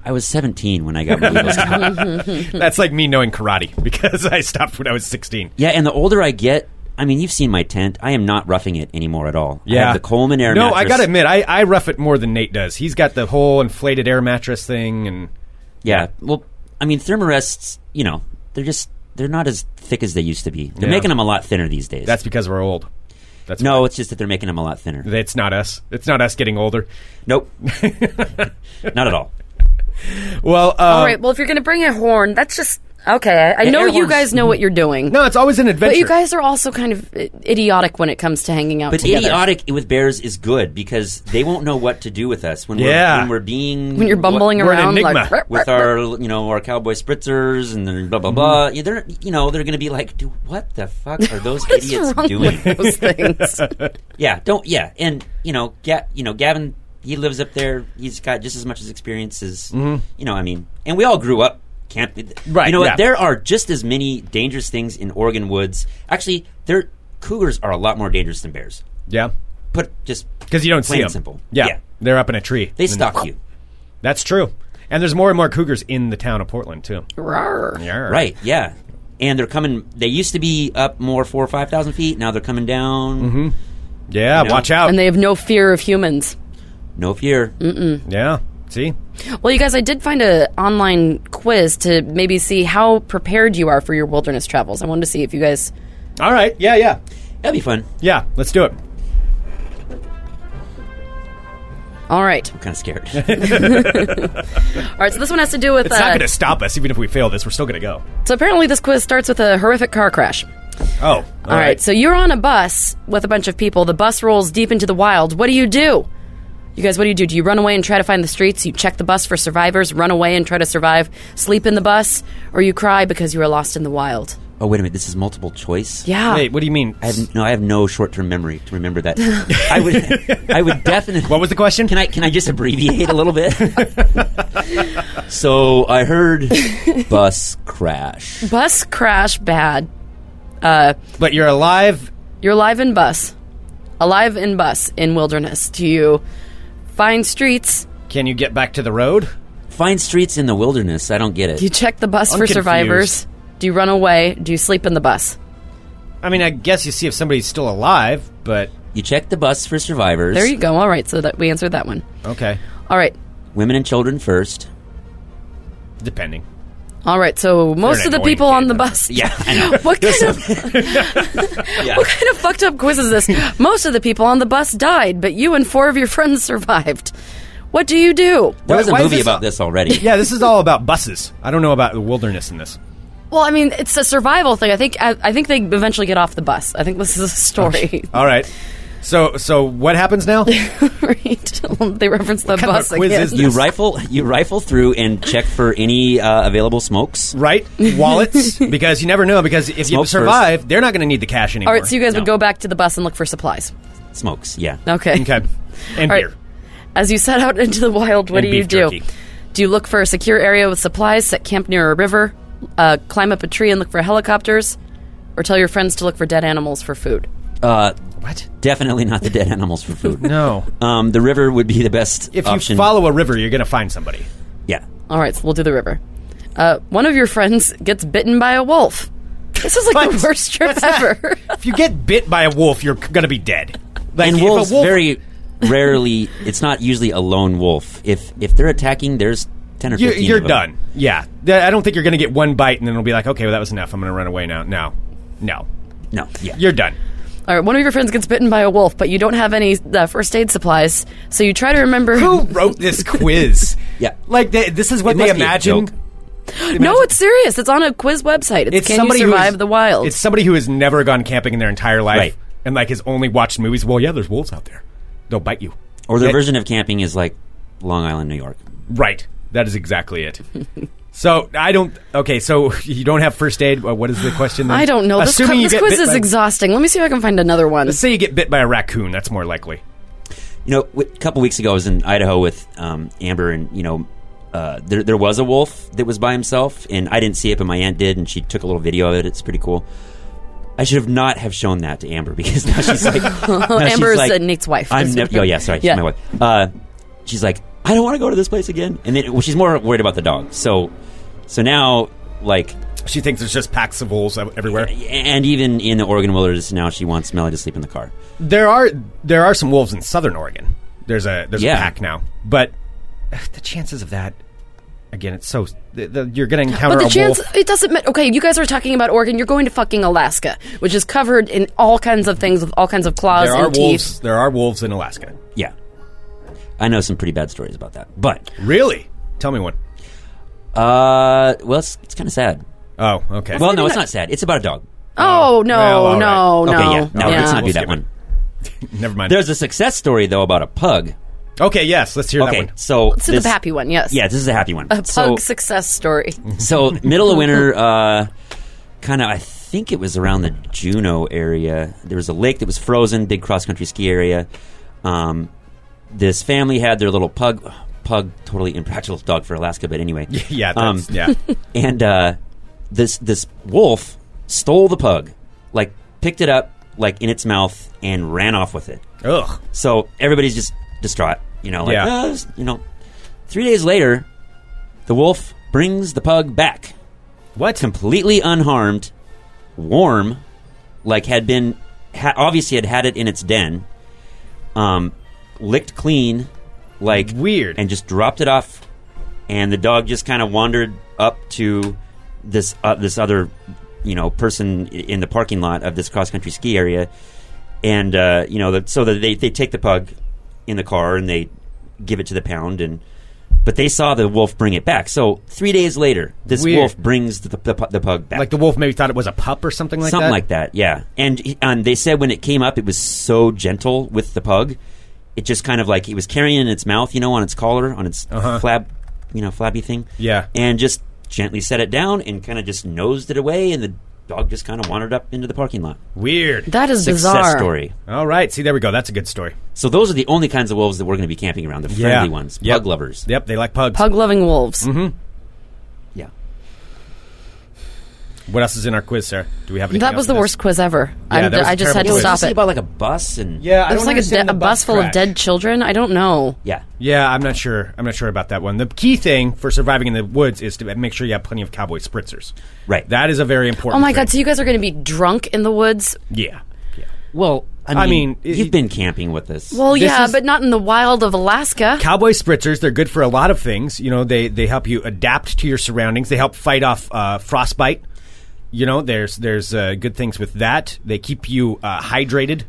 I was 17 when I <laughs> got my Eagle Scout. That's like me knowing karate <laughs> because I stopped when I was sixteen. yeah, and the older I get, I mean, you've seen my tent. I am not roughing it anymore at all. I Yeah, have the Coleman Air No, I mattress. gotta admit, I, I rough it more than Nate does. He's got the whole inflated air mattress thing, and Yeah, well, I mean, thermarests, you know, they're just, they're not as thick as they used to be. They're Yeah. making them a lot thinner these days. that's because we're old. That's No, it's just that they're making them a lot thinner. <laughs> It's not us. It's not us getting older. Nope. not at all. Well, um, Uh, All right, well if you're gonna bring a horn, that's just okay. I, I know air you horns- guys know what you're doing, no, it's always an adventure. but you guys are also kind of i- idiotic when it comes to hanging out But together. idiotic with bears is good because they won't know what to do with us when Yeah. we're when we're being when you're bumbling We're an around enigma like "Ruh, with ruh, ruh." our you know our cowboy spritzers and their blah blah blah. Yeah, they're you know they're gonna be like, dude, what the fuck are those <laughs> What's idiots wrong doing? with <laughs> those things? yeah, don't yeah, and you know, Ga- you know, Gavin, he lives up there. He's got just as much as experience as you know. I mean, and we all grew up camp. Mm-hmm. Right, You know, yeah. what? there are just as many dangerous things in Oregon woods. Actually, there cougars are a lot more dangerous than bears. yeah, Put just because you don't see Plain them. simple. Yeah, Yeah. they're up in a tree. they And- stalk you. That's true. And there's more and more cougars in the town of Portland too. Rawr. Yeah. Right. Yeah. And they're coming. They used to be up more four or five thousand feet. Now they're coming down. Mm-hmm. Yeah. You know? Watch out. And they have no fear of humans. No fear. yeah. See. Well, you guys, I did find a online quiz to maybe see how prepared you are for your wilderness travels. I wanted to see if you guys. All right. Yeah. Yeah. That'd be fun. Yeah. Let's do it. All right, I'm kind of scared. <laughs> all right. So this one has to do with. uh, It's not going to stop us, even if we fail this. We're still going to go. so apparently, this quiz starts with a horrific car crash. Oh. all right. So you're on a bus with a bunch of people. The bus rolls deep into the wild. What do you do? You guys, what do you do? Do you run away and try to find the streets? You check the bus for survivors, run away and try to survive, sleep in the bus, or you cry because you are lost in the wild? oh wait a minute. This is multiple choice. Yeah. Wait. What do you mean? I have, no, I have no short-term memory to remember <laughs> that. I would, I would definitely. what was the <laughs> question? Can I can I just abbreviate a little <laughs> bit? so I heard bus crash. Bus crash bad. Uh, But you're alive. You're alive in bus, alive in bus in wilderness. Do you find streets? Can you get back to the road? Find streets in the wilderness. I don't get it. Do you check the bus I'm for confused. survivors? Do you run away? Do you sleep in the bus? I mean, I guess you see if somebody's still alive. But You check the bus for survivors. There you go. All right, so that we answered that one. okay, All right, Women and children first. depending. All right, so most an of the annoying people on the kid, though. bus. Yeah, I <laughs> know. <laughs> What kind, of, <laughs> what kind of fucked up quiz is this? Most of the people on the bus died, but you and four of your friends survived. What do you do? There was a Why is movie this about a- this already. <laughs> Yeah, this is all about buses. I don't know about the wilderness in this. Well, I mean, it's a survival thing. I think I, I think they eventually get off the bus. I think this is a story. All right. So, so what happens <laughs> now? <laughs> right? <laughs> they reference the kind of a bus quiz again. is You rifle, you rifle through and check for any uh, available smokes. right? Wallets, because you never know. Because if you Smoke survive, they they're not going to need the cash anymore. All right, so you guys would No. go back to the bus and look for supplies. Smokes, yeah. Okay. okay? And All right. beer. <laughs> As you set out into the wild, what And do you beef do? jerky. Do you look for a secure area with supplies, set camp near a river, uh, climb up a tree and look for helicopters, or tell your friends to look for dead animals for food? Uh, what? Definitely not the dead animals for <laughs> food. No, Um, the river would be the best if option. you follow a river, you're going to find somebody. yeah. All right, so we'll do the river. Uh, one of your friends gets bitten by a wolf. This is like the <laughs> What? worst trip ever. <laughs> If you get bit by a wolf, you're going to be dead. Like, and if a wolves wolf- very rarely. It's not usually a lone wolf. If if they're attacking, there's ten or You're, 15 you're of them. done. Yeah, Th- I don't think you're going to get one bite and then it'll be like, okay, well that was enough. I'm going to run away now. No, no, No, yeah. you're done. All right, one of your friends gets bitten by a wolf, but you don't have any uh, first aid supplies, so you try to remember. Who wrote <laughs> this quiz? Yeah. like they, this is what It they must be a imagine. joke. No, it's serious. It's on a quiz website. It's, It's can somebody you who is- survive the wild? It's somebody who has never gone camping in their entire life Right. and like has only watched movies. Well, yeah, there's wolves out there. They'll bite you. Or their That- version of camping is like Long Island, New York. Right. That is exactly <laughs> it. so I don't. Okay, so <laughs> you don't have first aid. Uh, What is the question? Then? I don't know. This, Assuming cu- you this get quiz bit is by- exhausting. Let me see if I can find another one. Let's say you get bit by a raccoon. That's more likely. You know, w- a couple weeks ago, I was in Idaho with um, Amber, and you know, uh, there there was a wolf that was by himself, and I didn't see it, but my aunt did, and she took a little video of it. It's pretty cool. I should have not have shown that to Amber <laughs> because now she's <laughs> like, now she's Amber's, like, uh, Nate's wife. I'm nev- oh yeah, sorry, she's Yeah. my wife. Uh, she's like, I don't want to go to this place again, and then well, she's more worried about the dog. So, so now like. She thinks there's just packs of wolves ev- everywhere. And even in the Oregon wilderness now, she wants Melly to sleep in the car. There are there are some wolves in southern Oregon. There's a there's Yeah. a pack now, but <sighs> uh, the chances of that again, it's so the, the, you're going to encounter But the a chance wolf. it doesn't matter. Okay, you guys are talking about Oregon. You're going to fucking Alaska, which is covered in all kinds of things with all kinds of claws There are and wolves. teeth. There are wolves in Alaska. Yeah. I know some pretty bad stories about that. But, Really? Tell me one. uh, well, it's, it's kind of sad. Oh, okay. well, no, it's not sad. It's about a dog. Oh no, Well, all no, right. no. Okay, yeah. No, Yeah. let's not We'll do that skip one. never mind. There's a success story, though, about a pug. okay, yes, let's hear that Okay, one. <laughs> so. This is the happy one. Yes. Yeah, this is a happy one. A pug so, success story. Mm-hmm. <laughs> so, middle of winter, uh, kind of, I think it was around the Juneau area. There was a lake that was frozen, big cross country ski area. Um, this family had their little pug, pug, totally <laughs> impractical dog for Alaska, but anyway. <laughs> Yeah, Um, that's, <laughs> yeah. and uh, this this wolf stole the pug, like picked it up like in its mouth and ran off with it. Ugh. So everybody's just distraught, you know. Like, Yeah. "Ah, this- you know, three days later, the wolf brings the pug back, What? completely unharmed, warm, like had been ha- obviously had had it in its den, um, licked clean, like Weird. and just dropped it off. And the dog just kind of wandered up to this uh, this other you know person i- in the parking lot of this cross country ski area, and uh, you know that so that they they take the pug in the car and they give it to the pound and. But they saw the wolf bring it back. So three days later, this Weird. wolf brings the, the, pu- the pug back Like the wolf maybe thought it was a pup or something like something that. like that. Yeah, and he- and they said when it came up, it was so gentle with the pug, it just kind of like it was carrying it in its mouth, you know, on its collar, on its flab, you know, flabby thing. Uh-huh. Yeah. and just gently set it down and kind of just nosed it away, and the dog just kind of wandered up into the parking lot. Weird. That is Success bizarre. story. All right, see there we go. That's a good story. So those are the only kinds of wolves that we're going to be camping around. The Yeah. friendly ones, Yep. pug lovers. Yep, they like pugs. Pug loving wolves. Mm-hmm. Yeah. What else is in our quiz, Sarah? Do we have anything That else was in the this? worst quiz ever. Yeah, I'm that d- was I just terrible had to quiz. stop See it. about like a bus and Yeah, I There's don't like a, de- understand a the bus full of crash. dead children. I don't know. yeah. Yeah, I'm not sure. I'm not sure about that one. The key thing for surviving in the woods is to make sure you have plenty of cowboy spritzers. Right. That is a very important. Oh my thing. god! So you guys are going to be drunk in the woods? yeah. Well, I mean, it- you've been camping with us. Well, This yeah, is- but not in the wild of Alaska. Cowboy spritzers, they're good for a lot of things. You know, they, they help you adapt to your surroundings. They help fight off uh, frostbite. You know, there's there's uh, good things with that. They keep you uh, hydrated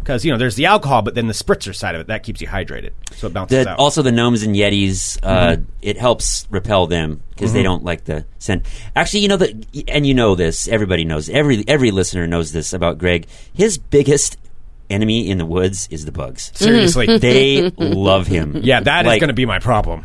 because you know there's the alcohol, but then the spritzer side of it that keeps you hydrated, so Mm-hmm. it bounces The, out. also, the gnomes and yetis, uh, it helps repel them because Mm-hmm. they don't like the scent. Actually, you know that, and you know this. Everybody knows. Every every listener knows this about Greg. His biggest enemy in the woods is the bugs. Mm-hmm. Seriously, They love him. yeah, that is Like, going to be my problem.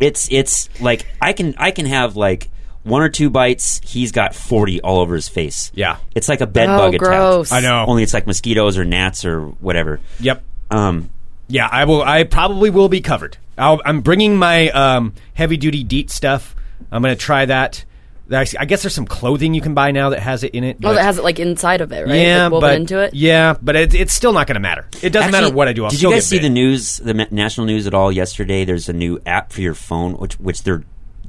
It's it's like I can I can have like one or two bites. He's got forty all over his face. Yeah. it's like a bed oh, bug gross. I know. attack. Only it's like mosquitoes or gnats or whatever. Yep. Um, Yeah, I will. I probably will be covered. I'll, I'm bringing my um, heavy duty DEET stuff. I'm going to try that. I I guess there's some clothing you can buy now that has it in it. Oh, but- that has it like inside of it, right? Yeah, like, woven but into it. yeah, but it, it's still not going to matter. It doesn't matter Actually, what I do. I'll did still you guys get see the bit. news, the ma- national news at all yesterday? There's a new app for your phone, which which they're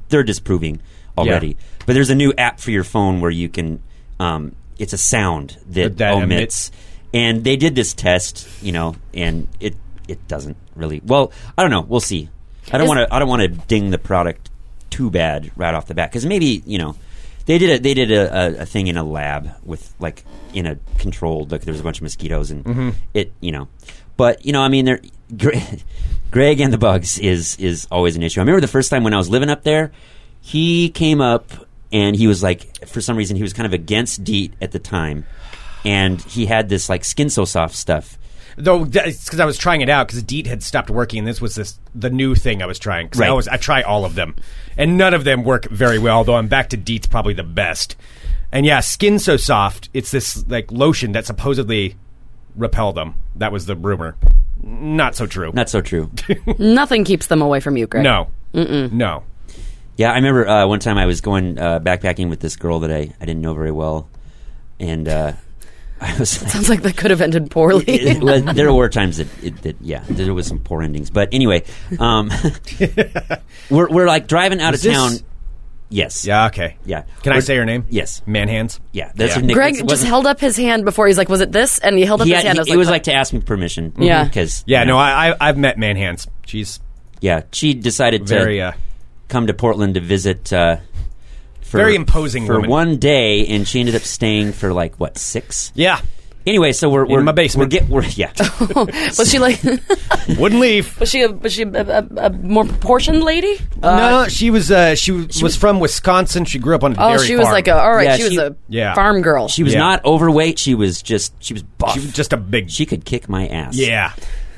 they're disproving already. But there's a new app for your phone where you can. Um, it's a sound that, That omits, emits- and they did this test, you know, and it it doesn't really. Well, I don't know. We'll see. I don't Is- want to. I don't want to ding the product too bad right off the bat because maybe you know. They did a they did a, a, a thing in a lab with like in a controlled like there was a bunch of mosquitoes and it you know, but you know I mean they're Greg, Greg and the bugs is is always an issue. I remember the first time when I was living up there, he came up and he was like for some reason he was kind of against DEET at the time, and he had this like skin so soft stuff. Though because I was trying it out because DEET had stopped working. And this was this the new thing I was trying. 'cause I Right. always I try all of them, and none of them work very well. Although I'm back to DEET's probably the best. And yeah, skin so soft. It's this like lotion that supposedly repel them. That was the rumor. Not so true. Not so true. Nothing keeps them away from you, Greg. no. No. Yeah, I remember uh, one time I was going uh, backpacking with this girl that I, I didn't know very well, and uh, <laughs> I was like, <laughs> Sounds like that could have ended <laughs> poorly. it- well, there were times that, it, that yeah, there was some poor endings. But anyway, <laughs> um, we're we're like driving out of this- town. Yes. Yeah. Okay. Yeah. Can I We're- say her name? Yes. Manhands. Yeah. That's Yeah. What Nick, <laughs> Greg it just wasn't- held up his hand before he's like, "Was it this?" And he held up He his had- hand. he- I was it like, was like to ask me permission. Mm-hmm. Yeah. Because Yeah. No. I, I I've met Manhands. She's yeah, she decided very. to Uh, come to Portland to visit. Uh, for, Very imposing for woman. one day, and she ended up staying for like what six? yeah. Anyway, so we're we're my basement. We're get, we're, yeah, was she like, <laughs> Wouldn't leave. was she a was she a, a, a more proportioned lady? no, she was uh, she, was, from Wisconsin. She grew up on a oh, dairy she was farm. like a all right. Yeah, she was she- a Yeah. farm girl. <laughs> she was Yeah. not overweight. She was just she was buff. she was just a big she could kick my ass. yeah.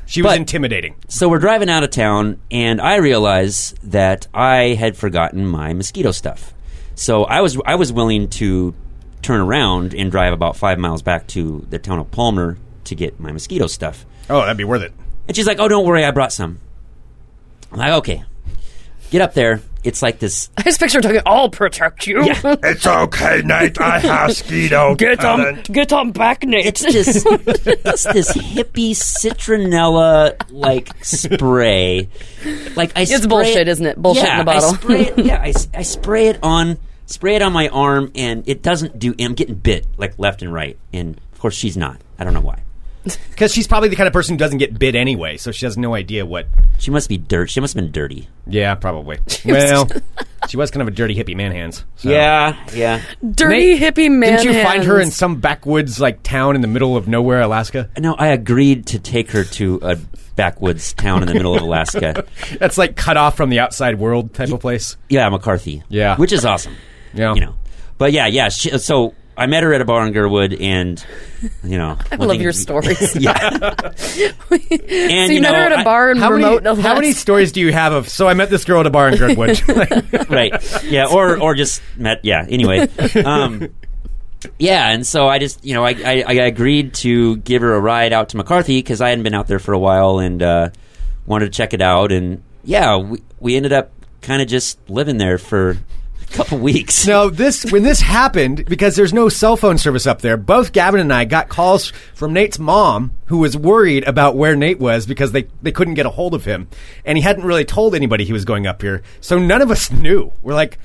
She was But- intimidating. So we're driving out of town, and I realize that I had forgotten my mosquito stuff. So I was I was willing to turn around and drive about five miles back to the town of Palmer to get my mosquito stuff. Oh, that'd be worth it. And she's like, "Oh, don't worry, I brought some." I'm like, "Okay." Get up there. It's like this. I just picture her talking. I'll protect you. <laughs> It's okay, Nate. I have mosquito. Get on, get on back, Nate. It's <laughs> this. it's this hippie citronella like spray. Like I. It's spray bullshit, isn't it? Bullshit in yeah, a bottle. I spray <laughs> it, yeah, I, s- I spray it on spray it on my arm, and it doesn't do. I'm getting bit like left and right, and of course she's not. I don't know why. Because she's probably the kind of person who doesn't get bit anyway, so she has no idea what. She must be dirt. She must have been dirty. Yeah, <laughs> probably. well, she was kind of a dirty hippie man hands. so. Yeah, yeah. Dirty hippie man. Didn't you find her in hands. some backwoods like town in the middle of nowhere, Alaska? No, I agreed to take her to a backwoods town in the middle of <laughs> Alaska. That's like cut off from the outside world type of place. Yeah, McCarthy. Yeah. which is awesome. Oh. Yeah. you know. But yeah, yeah. She, so I met her at a bar in Gerwood, and you know, <laughs> I love your <laughs> stories. <laughs> Yeah, and so you, know, met her at I- a bar in How many, remote how many Alaska. stories do you have of? So I met this girl at a bar in Girdwood. <laughs> <laughs> right yeah or or just met yeah <laughs> anyway um yeah and so i just you know i i, I agreed to give her a ride out to mccarthy because i hadn't been out there for a while and uh wanted to check it out and yeah we, we ended up kind of just living there for a couple weeks Now this when this happened because there's no cell phone service up there. Both Gavin and I got calls from Nate's mom who was worried about where Nate was because they they couldn't get a <laughs> hold of him and he hadn't really told anybody he was going up here. So none of us knew. We're like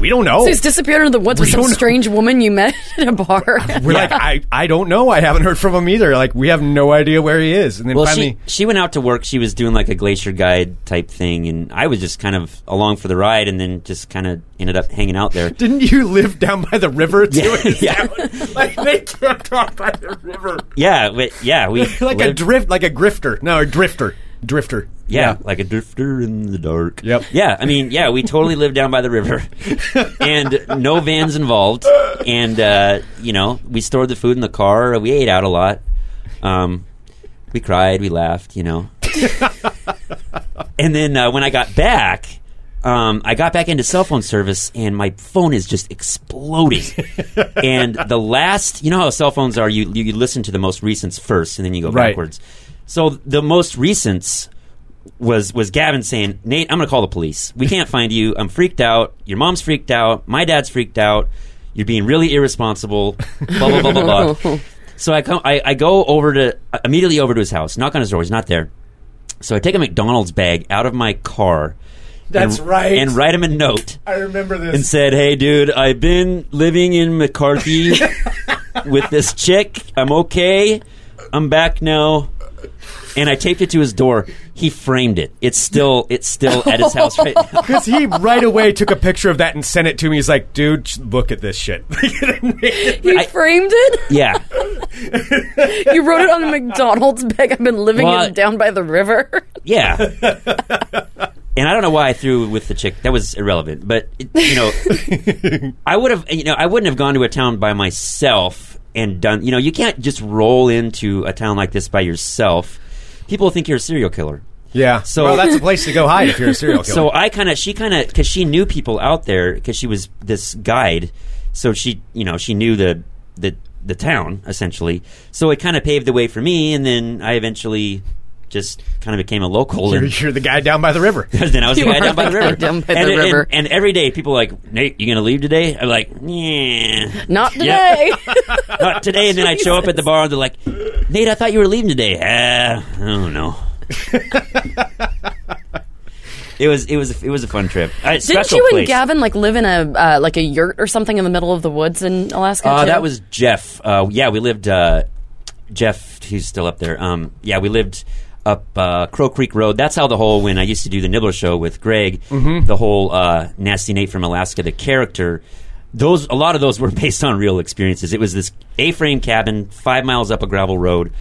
We don't know. So he's disappeared into the woods with We some don't know. strange woman you met <laughs> in a bar. We're like, I, I don't know. I haven't heard from him either. Like, we have no idea where he is. And then Well, finally, she she went out to work. She was doing like a glacier guide type thing, and I was just kind of along for the ride, and then just kind of ended up hanging out <laughs> there. didn't you live down by the river too? <laughs> Yeah, Is yeah. that- <laughs> like they camped out by the river, yeah, we, yeah, we <laughs> like a lived- drift, like a grifter. No, a drifter, drifter. yeah, like a drifter in the dark. Yep. Yeah, I mean, yeah, we totally lived down by the river, <laughs> and no vans involved, and uh, you know, we stored the food in the car. We ate out a lot. Um, we cried, we laughed, you <laughs> know. and then uh, when I got back, um, I got back into cell phone service, and my phone is just <laughs> exploding. and the last, you know how cell phones are, you you listen to the most recents first, and then you go Right. backwards. So the most recents was was Gavin saying, Nate, I'm gonna call the police. We can't find you. I'm freaked out. Your mom's freaked out. My dad's freaked out. You're being really irresponsible. Blah blah blah <laughs> blah blah. So I come, I, I go over to immediately over to his house, knock on his door. He's not there. So I take a McDonald's bag out of my car. That's and, right. And write him a note I remember this. and said, "Hey, dude, I've been living in McCarthy with this chick. I'm okay. I'm back now." And I taped it to his door. He framed it. It's still it's still at his house right <laughs> now. Because he right away took a picture of that and sent it to me. He's like, dude, sh- look at this shit. <laughs> he framed it. Yeah. You wrote it on a McDonald's bag. I've been living Well, I- in down by the river. <laughs> Yeah. and I don't know why I threw with the chick. That was irrelevant. But it, you know, I would have. You know, I wouldn't have gone to a town by myself and done. You know, you can't just roll into a town like this by yourself. People think you're a serial killer. yeah. So So- well, that's a place to go hide if you're a <laughs> serial killer. So I kind of, she kind of, because she knew people out there, because she was this guide. So she, you know, she knew the the the town essentially. So it kind of paved the way for me, and then I eventually just kind of became a local. you're, and- <laughs> you're the guy down by the river. because then I was the You guy are down by the the guy river. down by the and, and- river. And, every day, people are like, Nate, you going to leave today? I'm like, yeah, Not Yeah. <laughs> today. not today. And then I show up at the bar and they're like, Nate, I thought you were leaving today. Uh, I don't know. it was it was it was a fun trip. I, Didn't special you and place. Gavin like live in a uh, like a yurt or something in the middle of the woods in Alaska? Uh, too? that was Jeff. Uh, yeah, we lived. Uh, Jeff, who's still up there. Um, yeah, we lived up uh, Crow Creek Road. That's how the whole when I used to do the Nibbler Show with Greg, the whole uh, Nasty Nate from Alaska, the character. Those a lot of those were <laughs> based on real experiences. It was this A-frame cabin, five miles up a gravel road,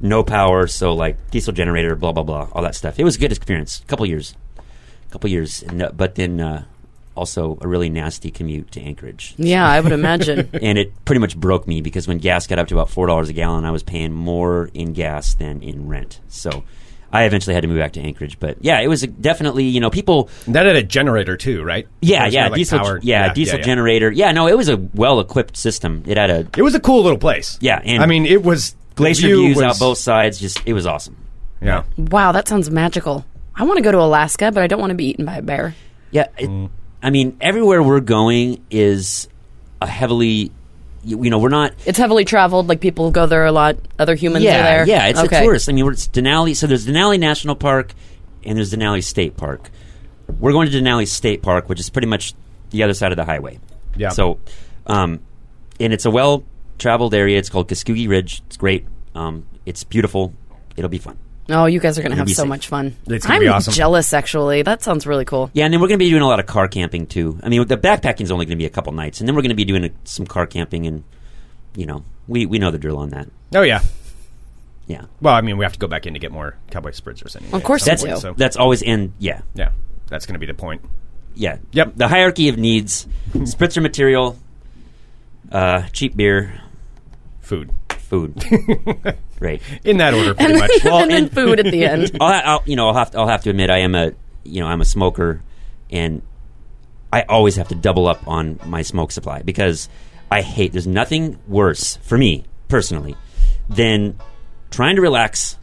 no power, so like diesel generator, blah blah blah, all that stuff. It was a good experience. couple years, couple years, and, uh, but then uh, also a really nasty commute to Anchorage yeah, I would imagine. <laughs> and it pretty much broke me because when gas got up to about four dollars a gallon, I was paying more in gas than in rent. So I eventually had to move back to Anchorage. But yeah, it was a- definitely you know people. <laughs> That had a generator too, right? It Yeah, was yeah, kinda like diesel, powered. yeah, diesel yeah. generator. Yeah, no, it was a well equipped system. It had a It was a cool little place. Yeah, and- I mean, it was the glacier view views was, out both sides. Just it was awesome. Yeah, wow, that sounds magical. I want to go to Alaska, but I don't want to be eaten by a bear. Yeah, it, Mm. I mean everywhere we're going is a heavily, you, you know, we're not It's heavily traveled. Like people go there a lot. Other humans yeah, are there. Yeah, it's okay. a tourist. I mean, we're- it's Denali. So there's Denali National Park and there's Denali State Park. We're going to Denali State Park, which is pretty much the other side of the highway. Yeah. So, um, and it's a well traveled area. It's called Kaskogee Ridge. It's great. Um, it's beautiful. It'll be fun. Oh, you guys are gonna have be so safe. much fun. It's gonna I'm be awesome. jealous. Actually, that sounds really cool. Yeah, and then we're going to be doing a lot of car camping too. I mean, the backpacking's only going to be a couple nights, and then we're going to be doing a, some car camping, and you know, we we know the drill on that. oh yeah. Yeah, Well, I mean, we have to go back in to get more cowboy spritzers. Anyway, Of course at that's some we point, do. so- that's always and yeah, yeah, that's going to be the point. Yeah. Yep. The hierarchy of <laughs> needs: spritzer material, uh, cheap beer, Food <laughs> food. right. in that order, pretty <laughs> much. Well, and then and- food at the end. I'll, I'll, you know, I'll have to, I'll have to admit I am a you know I'm a smoker, and I always have to double up on my smoke supply because I hate. There's nothing worse for me personally than trying to relax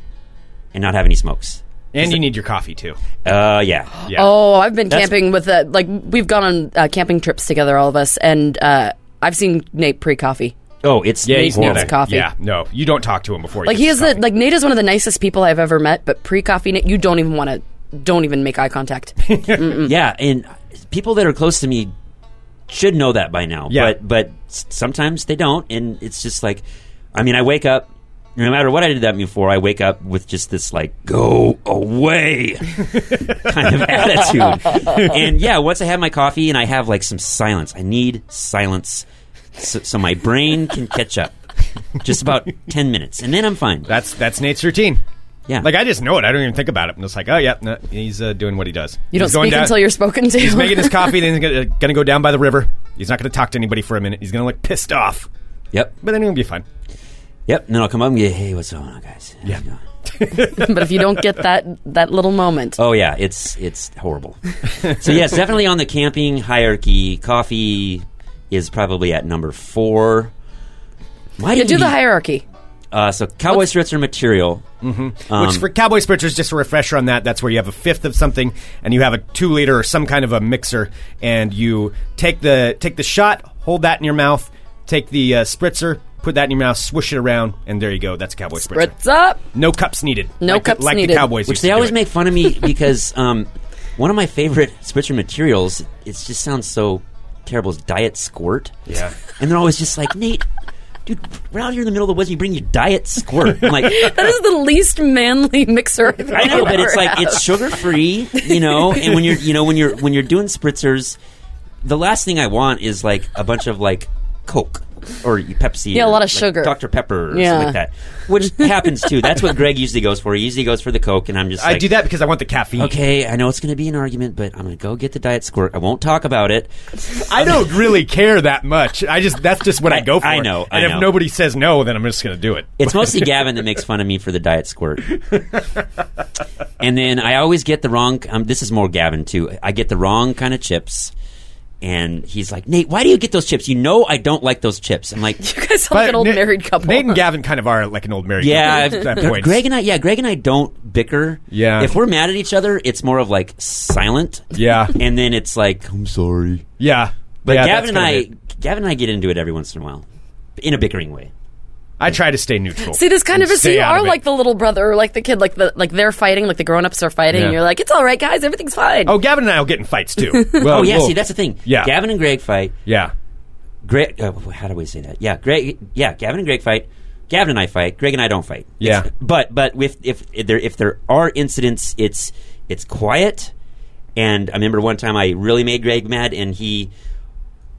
and not have any smokes. and you need your coffee too. Uh, <gasps> yeah. Yeah. Oh, I've been That's- camping with uh, like we've gone on uh, camping trips together, all of us, and uh, I've seen Nate pre coffee. Oh, it's Yeah, Nate you needs know that. coffee. Yeah, no, you don't talk to him before. Like you he get is the coffee. like Nate is one of the nicest people I've ever met, but pre coffee Nate, you don't <laughs> Hmm. even want to, don't even make eye contact. Yeah, and people that are close to me should know that by now. Yeah. But but s- sometimes they don't, and it's just like, I mean, I wake up. No matter what I did that before, I wake up with just this like "go <laughs> away" kind of attitude. and yeah, once I have my coffee and I have like some silence, I need silence so, so my brain can catch up. Just about ten minutes, and then I'm fine. That's that's Nate's routine. Yeah, Like I just know it. I don't even think about it. I'm just like, oh yeah, no, he's uh, doing what he does. You don't He's going speak down- until you're spoken to. He's <laughs> making his coffee. Then he's gonna, gonna go down by the river. He's not gonna talk to anybody for a minute. He's gonna look pissed off, yep, but then he'll be fine. yep. And then I'll come up and get, hey, what's going on, guys? Yeah. but if you don't get that that little moment, Oh yeah, it's it's horrible. <laughs> so yes, definitely on the camping hierarchy, coffee is probably at number four. Why you did do the hierarchy. Uh, so cowboy strips are material. Mm-hmm. Which for Cowboy Spritzers, just a refresher on that, that's where you have a fifth of something and you have a two liter or some kind of a mixer, and you take the take the shot, hold that in your mouth, take the uh, spritzer, put that in your mouth, swoosh it around, and there you go. That's a Cowboy Spritzer. What's up? No cups needed. No like the- cups like needed. the Cowboys, Which used to they do always it. make fun of <laughs> me because um, one of my favorite Spritzer materials. It just sounds so terrible. Is diet squirt? Yeah. and they're always just like Nate. Dude, we're out here in the middle of the woods. You bring your diet squirt. I'm like, That is the least manly <laughs> mixer. I've I know, but ever it's like had. it's sugar free, you know. And when you're, you know, when you're when you're doing spritzers, the last thing I want is like a bunch of like Coke or Pepsi. Yeah, a or, lot of like, sugar. Dr Pepper, or Yeah. something like that, which happens too. That's what Greg usually goes for. He usually goes for the Coke, and I'm just I like, do that because I want the caffeine. Okay, I know it's going to be an argument, but I'm going to go get the diet squirt. I won't talk about it. I don't really care that much. I just that's just what I, I- go for. I know, I And know. if nobody says no, then I'm just going to do it. It's mostly Gavin that makes fun of me for the diet squirt. and then I always get the wrong. Um, this is more Gavin too. I get the wrong kind of chips, and he's like, "Nate, why do you get those chips? You know I don't like those chips." I'm <laughs> like, you guys sound like an old Na- married couple. Nate and Gavin kind of are like an old married "Yeah, couple. I've- at that point. Greg and I. Yeah, Greg and I don't bicker. Yeah. if we're mad at each other, it's more of like silent. Yeah. and then it's like, "I'm sorry." Yeah. But Yeah, that's Gavin and kind I, of it. Gavin and I get into it every once in a while, in a bickering way. I try to stay neutral. See, this kind and of is. So stay you out are of it. like the little brother, or like the kid, like the like they're fighting, like the grown ups are fighting, Yeah. and you're like, it's all right, guys, everything's fine. Oh, Gavin and I will get in fights <laughs> too. Well, Oh yeah, we'll- see that's the thing. Yeah. Gavin and Greg fight. yeah. Greg, uh, how do we say that? Yeah, Greg. Yeah, Gavin and Greg fight. Gavin and I fight. Greg and I don't fight. Yeah. It's- but but with if, if there if there are incidents, it's it's quiet. And I remember one time I really made Greg mad, and he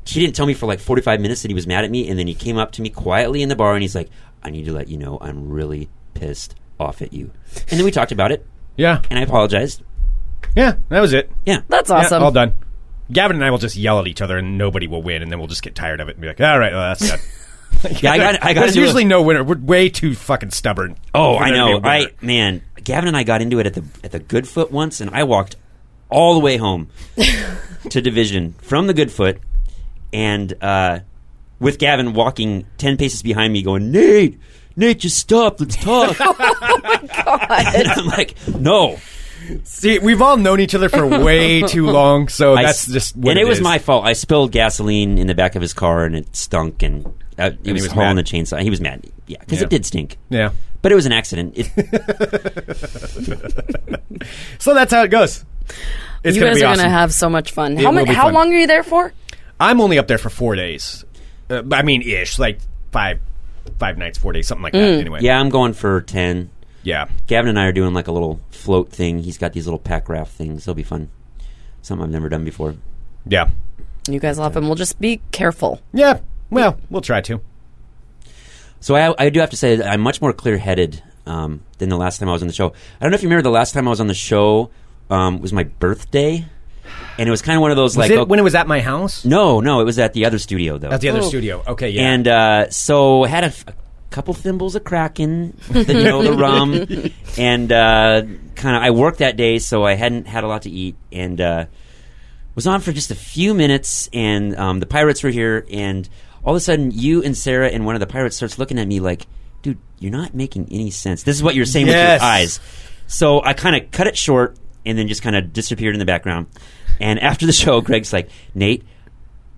he didn't tell me for like forty five minutes that he was mad at me, and then he came up to me quietly in the bar, and he's like, "I need to let you know I'm really pissed off at you." And then we talked about it, Yeah. and I apologized. Yeah. That was it. Yeah, that's Yeah, awesome. all done. Gavin and I will just yell at each other, and nobody will win, and then we'll just get tired of it and be like, "All right, well, that's done." <laughs> yeah. I got I got There's into a- usually no winner. We're way too fucking stubborn. Oh, for I there to be a know. winner. I man, Gavin and I got into it at the at the Goodfoot once, and I walked all the way home to Division from the Goodfoot, and uh, with Gavin walking ten paces behind me, going, "Nate, Nate, just stop. Let's talk." <laughs> and I'm like, "No." See, we've all known each other for <laughs> way too long, so I that's s- just what and it, was is. my fault. I spilled gasoline in the back of his car, and it stunk, and uh, it was, was hauling mad. a chainsaw. He was mad, yeah, because Yeah. it did <laughs> stink. yeah. But it was an accident. It, <laughs> So that's how it goes. It's you gonna guys be are awesome. gonna have so much fun. It how will many, be How fun. long are you there for? I'm only up there for four days. Uh, I mean, ish, like five, five nights, four days, something like that. Anyway, Mm. yeah, I'm going for ten. yeah. Gavin and I are doing like a little float thing. He's got these little pack raft things. They'll be fun. Something I've never done before. Yeah. You guys will have fun. We'll just be careful. Yeah. Well, we'll try to. So I, I do have to say that I'm much more clear headed um, than the last time I was on the show. I don't know if you remember the last time I was on the show um, was my birthday, and it was kind of one of those like Was it oh- when it was at my house? no, no, it was at the other studio though. At the other studio. Okay, yeah. And uh, so I had a, f- a couple thimbles of Kraken, the, you know, the rum, and uh, kind of. I worked that day, so I hadn't had a lot to eat, and uh, was on for just a few minutes. And um, the pirates were here, and all of a sudden, you and Sarah and one of the pirates starts looking at me like, "Dude, you're not making any sense. This is what you're saying with Yes. your eyes." So I kind of cut it short, and then just kind of disappeared in the background. And after the show, Greg's like, "Nate."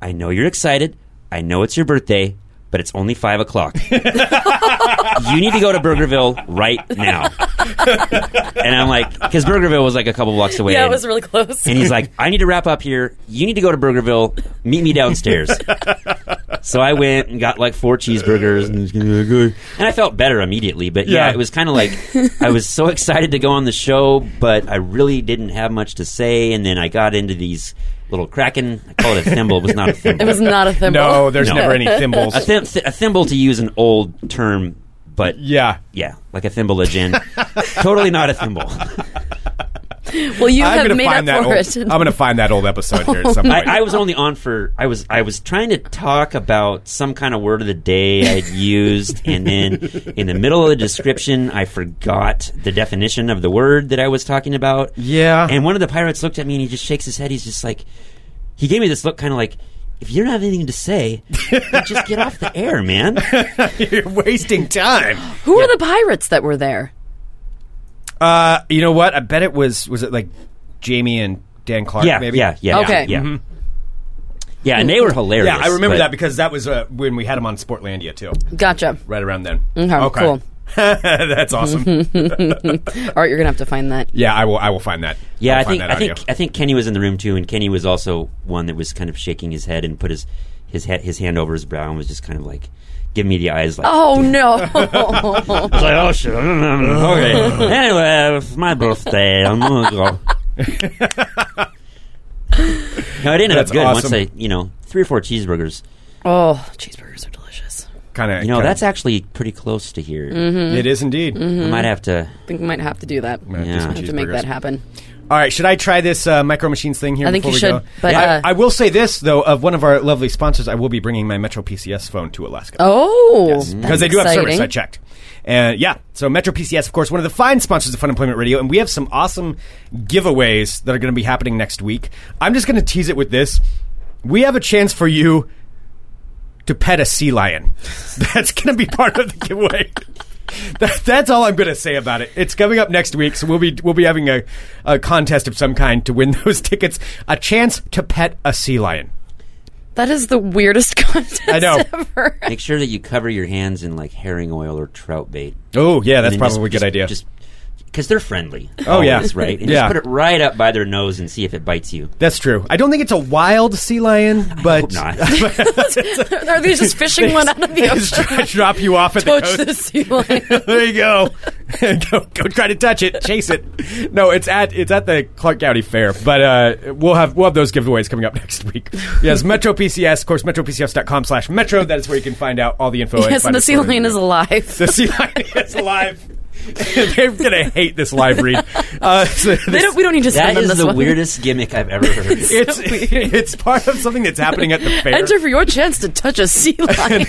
I know you're excited. I know it's your birthday. but it's only five o'clock. you need to go to Burgerville right now. and I'm like, because Burgerville was like a couple blocks away. Yeah, it and- was really close. and he's like, I need to wrap up here. You need to go to Burgerville. Meet me downstairs. so I went and got like four cheeseburgers. And, it was gonna be good. And I felt better immediately. But yeah, Yeah. it was kind of like I was so excited to go on the show, but I really didn't have much to say. And then I got into these little kraken. I call it a thimble. It was not a thimble. It was not a thimble. <laughs> No, there's <laughs> never any thimbles. a, thim- a thimble to use an old term, but yeah. yeah, like a thimble of gin. totally not a thimble. Well, you I'm have gonna made up find that for old, it. I'm gonna find that old episode here at some <laughs> point. I, I was only on for I was I was trying to talk about some kind of word of the day I'd used, and then in the middle of the description, I forgot the definition of the word that I was talking about. yeah. And one of the pirates looked at me and he just shakes his head. He's just like, he gave me this look, kind of like, if you don't have anything to say, then just get off the air, man. <laughs> You're wasting time. Who are the pirates that were there? Uh, you know what? I bet it was was it like Jamie and Dan Clark? Yeah, maybe. Mm-hmm. yeah, yeah, Okay. yeah. Yeah, and they were hilarious. Yeah, I remember but- that because that was uh, when we had him on Sportlandia too, Gotcha. right around then. Okay, cool. <laughs> That's awesome. All right, you're gonna have to find that. yeah, I will. I will find that. Yeah, I'll I find think that I think uh, audio. I think Kenny was in the room too, and Kenny was also one that was kind of shaking his head and put his his head his hand over his brow and was just kind of like giving me the eyes like <laughs> Oh no! I was like, oh shit okay <laughs> anyway it's my birthday I'm gonna <laughs> go no it ended That's up good awesome. once I you know three or four cheeseburgers <laughs> oh, cheeseburgers are delicious. kind of. you know that's Mm-hmm. actually pretty close to here <laughs> Mm-hmm. it is indeed. I might have to I think we might have to do that. have to do I some have to make cheeseburgers. that happen. All right, should I try this uh, micro machines thing here? I think before you we should, go? but, I, uh, I will say this though: of one of our lovely sponsors, I will be bringing my Metro PCS phone to Alaska. Oh, because they do have service. I checked. And yeah, so Metro PCS, of course, one of the fine sponsors of Fun Employment Radio, and we have some awesome giveaways that are going to be happening next week. I'm just going to tease it with this: we have a chance for you to pet a sea lion. <laughs> That's going to be part of the giveaway. <laughs> That, that's all I'm going to say about it. It's coming up next week, so we'll be we'll be having a, a contest of some kind to win <laughs> those tickets. A chance to pet a sea lion. That is the weirdest <laughs> contest I know. ever. <laughs> make sure that you cover your hands in like herring oil or trout bait Oh yeah, that's And then just- probably a good just- idea. Just because they're friendly. Oh, yeah. always, right. And Yeah. just put it right up by their nose and see if it bites you. That's true. I don't think it's a wild sea lion, but <laughs> Not. Are they just fishing one out of the Just ocean? dro- drop you off at the Touch coast. the sea lion. <laughs> There you go. <laughs> go. Go try to touch it, chase it. No, it's at it's at the Clark County Fair, but uh, we'll have we'll have those giveaways coming up <laughs> next week. Yes, Metro PCS, of course, metropcs.com slash metro. That is where you can find out all the info. find yes, and the us sea for- lion is alive. The sea lion is alive. <laughs> They're gonna hate this live read. Uh, so <laughs> They this- don't, we don't need to send That them is this the one. weirdest gimmick I've ever <laughs> heard. it's it's part of something that's happening at the fair. <laughs> <laughs> Enter for your chance to touch a sea <laughs> lion.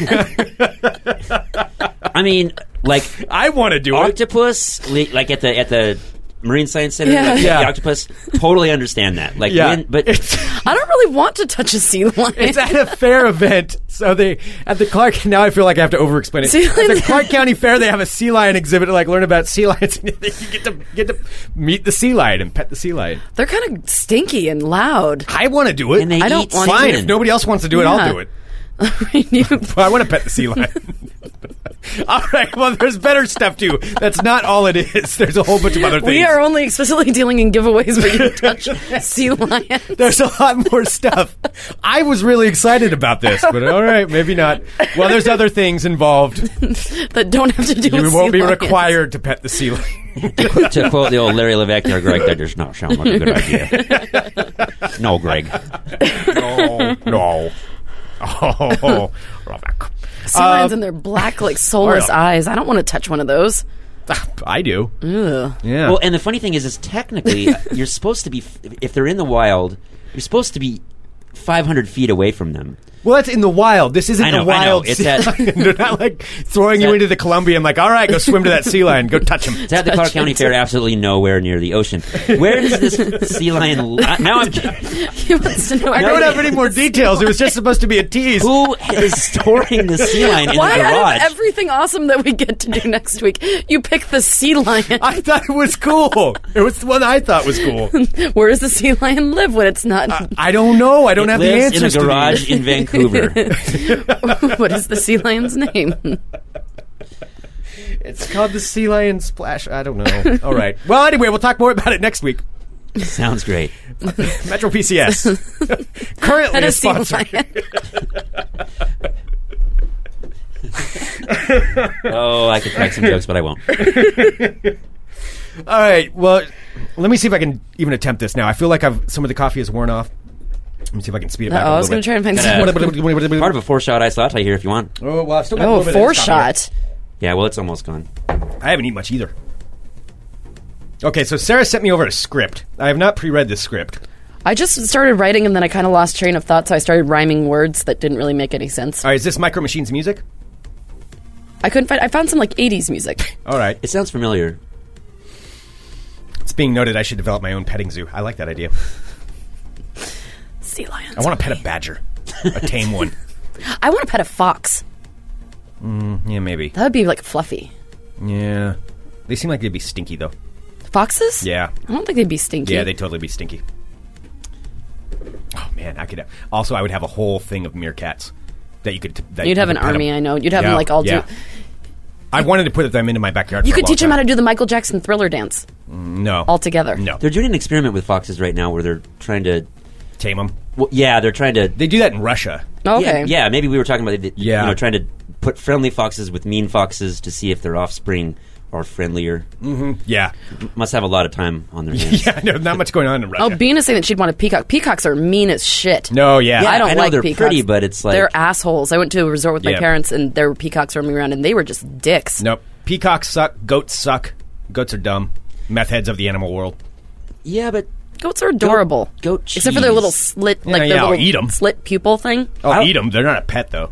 I mean, like <laughs> I want to do it. octopus, li- like at the at the Marine Science Center, Yeah. like, Yeah. the octopus. Totally understand that. Like, Yeah, when, but It's- I don't really want to touch a sea lion. It's at a fair event, so they at the Clark. Now I feel like I have to over-explain it. Sea at the lions- Clark County Fair, they have a sea lion exhibit. Like learn about sea lions. <laughs> you get to get to meet the sea lion and pet the sea lion. <laughs> They're kind of stinky and <laughs> loud. I want to do it. and they I don't eat want Fine, semen. if nobody else wants to do it, Yeah. I'll do it. But I want to pet the sea lion. <laughs> all right. Well, there's better stuff too. That's not all it is. <laughs> There's a whole bunch of other things. <laughs> we are only explicitly dealing in giveaways where you touch <laughs> sea lion. <laughs> There's a lot more stuff. I was really excited about this, but all right, maybe not. Well, there's other things involved. that don't have to do You with won't sea be lions. <laughs> required to pet the sea lion. <laughs> to, qu- to quote the old Larry Levesque, there, Greg, that does not sound like a good idea. <laughs> no, Greg. no, no. <laughs> Oh, Ravak. Sea um, lions and their black, like <laughs> soulless eyes. I don't want to touch one of those. I do. Ugh. Yeah. Well, and the funny thing is, is <laughs> technically you're supposed to be if they're in the wild, you're supposed to be 500 feet away from them. well, that's in the wild. This isn't I know, the I know. wild. It's sea that- lion. <laughs> They're not like throwing you that- into the Columbia. I'm like, all right, go swim to that sea lion. Go touch him. It's at the Clark County Fair, absolutely nowhere near the ocean. Where does <laughs> this sea lion? Li- now I'm. He wants to <laughs> know. I don't have any more details. It was just supposed to be a tease. Who is storing the sea lion in Why the out garage? of everything awesome that we get to do next week, you pick the sea lion? <laughs> I thought it was cool. It was the one I thought was cool. <laughs> Where does the sea lion live when it's not? I don't know. I don't It have the lives answers in a to these. garage in Hoover. <laughs> <laughs> what is the sea lion's <laughs> name? It's called the Sea Lion Splash. I don't know. All right. Well, anyway, we'll talk more about it next week. Sounds great. <laughs> Metro <laughs> PCS. Currently That a is sea sponsor. lion. <laughs> Oh, I could crack some jokes, but I won't. All right. Well, let me see if I can even attempt this now. I feel like I've some of the coffee has worn off. Let me see if I can speed it back Uh-oh, up a Oh, I was little going to try and find <laughs> Gonna- some. bit. Part of a four-shot iced latte here, if you want. Oh, well, I've still got a Oh, little bit of four this coffee left. shot. Yeah, well, it's almost gone. I haven't eaten much either. Okay, so Sarah sent me over a script. I have not pre-read this script. I just started writing and then I kind of lost train of thought, so I started rhyming words that didn't really make any sense. All right, is this Micro Machines music? I couldn't find. I found some like '80s music. All right, It sounds familiar. it's being noted. I should develop my own petting zoo. I like that idea. <laughs> Sea lions. I want to pet a badger, a tame <laughs> one. I want to pet a fox. Yeah, maybe. That would be like fluffy. Yeah, they seem like they'd be stinky though. Foxes? Yeah, I don't think they'd be stinky. yeah, they'd totally be stinky. Oh man, I could. Have, also, I would have a whole thing of meerkats that you could. t- That you You'd have an could pet army. 'em. I know. You'd have them Yeah, like all yeah. do. I wanted to put them into my backyard. You for a could long teach them how time. to do the Michael Jackson Thriller dance no all together. No, They're doing an experiment with foxes right now where they're trying to. tame them. Well, yeah, they're trying to. They do that in Russia. Okay. Yeah, yeah, maybe we were talking about it, Yeah. you know, trying to put friendly foxes with mean foxes to see if their offspring are friendlier. Yeah, <laughs> Must have a lot of time on their hands. Mm. yeah, no, not much going on in Russia. Oh, Bean is saying that she'd want a peacock. Peacocks are mean as shit. No, yeah. I don't I know like they're peacocks. pretty, but it's like- they're assholes. I went to a resort with my Yeah. parents, and there were peacocks roaming around, and they were just dicks. Nope. Peacocks suck. Goats suck. Goats are dumb. Meth heads of the animal world. Yeah, but Goats are adorable. goat except for their cheese. little slit, like Yeah, their yeah, I'll little eat 'em. slit pupil thing. I'll I- eat them. They're not a pet, though.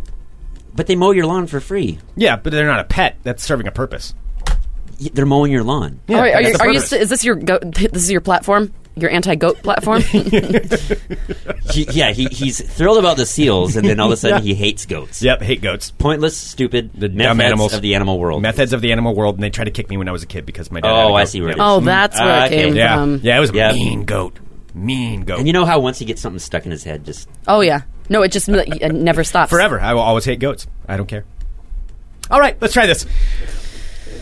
but they mow your lawn for free. Yeah, but they're not a pet. That's serving a purpose. Y- They're mowing your lawn. Yeah, All right, are that's you? the Are you? purpose. St- is this your goat? <laughs> This is your platform? Your anti-goat platform? <laughs> He- yeah, he, he's thrilled about the seals, and then <laughs> all of a sudden he hates goats. Yep, hate goats. Pointless, stupid, the meth dumb heads animals. of the animal world. Meth heads of the animal world, and they tried to kick me when I was a kid because my dad. had a Oh, I goat. see where it yeah. is. oh, that's where Ah, it okay. came Yeah, from. yeah, it was a Yeah. mean goat. Mean goat. And you know how once he gets something stuck in his head, just Oh yeah. No, it just it never stops. forever. I will always hate goats. I don't care. All right, let's try this.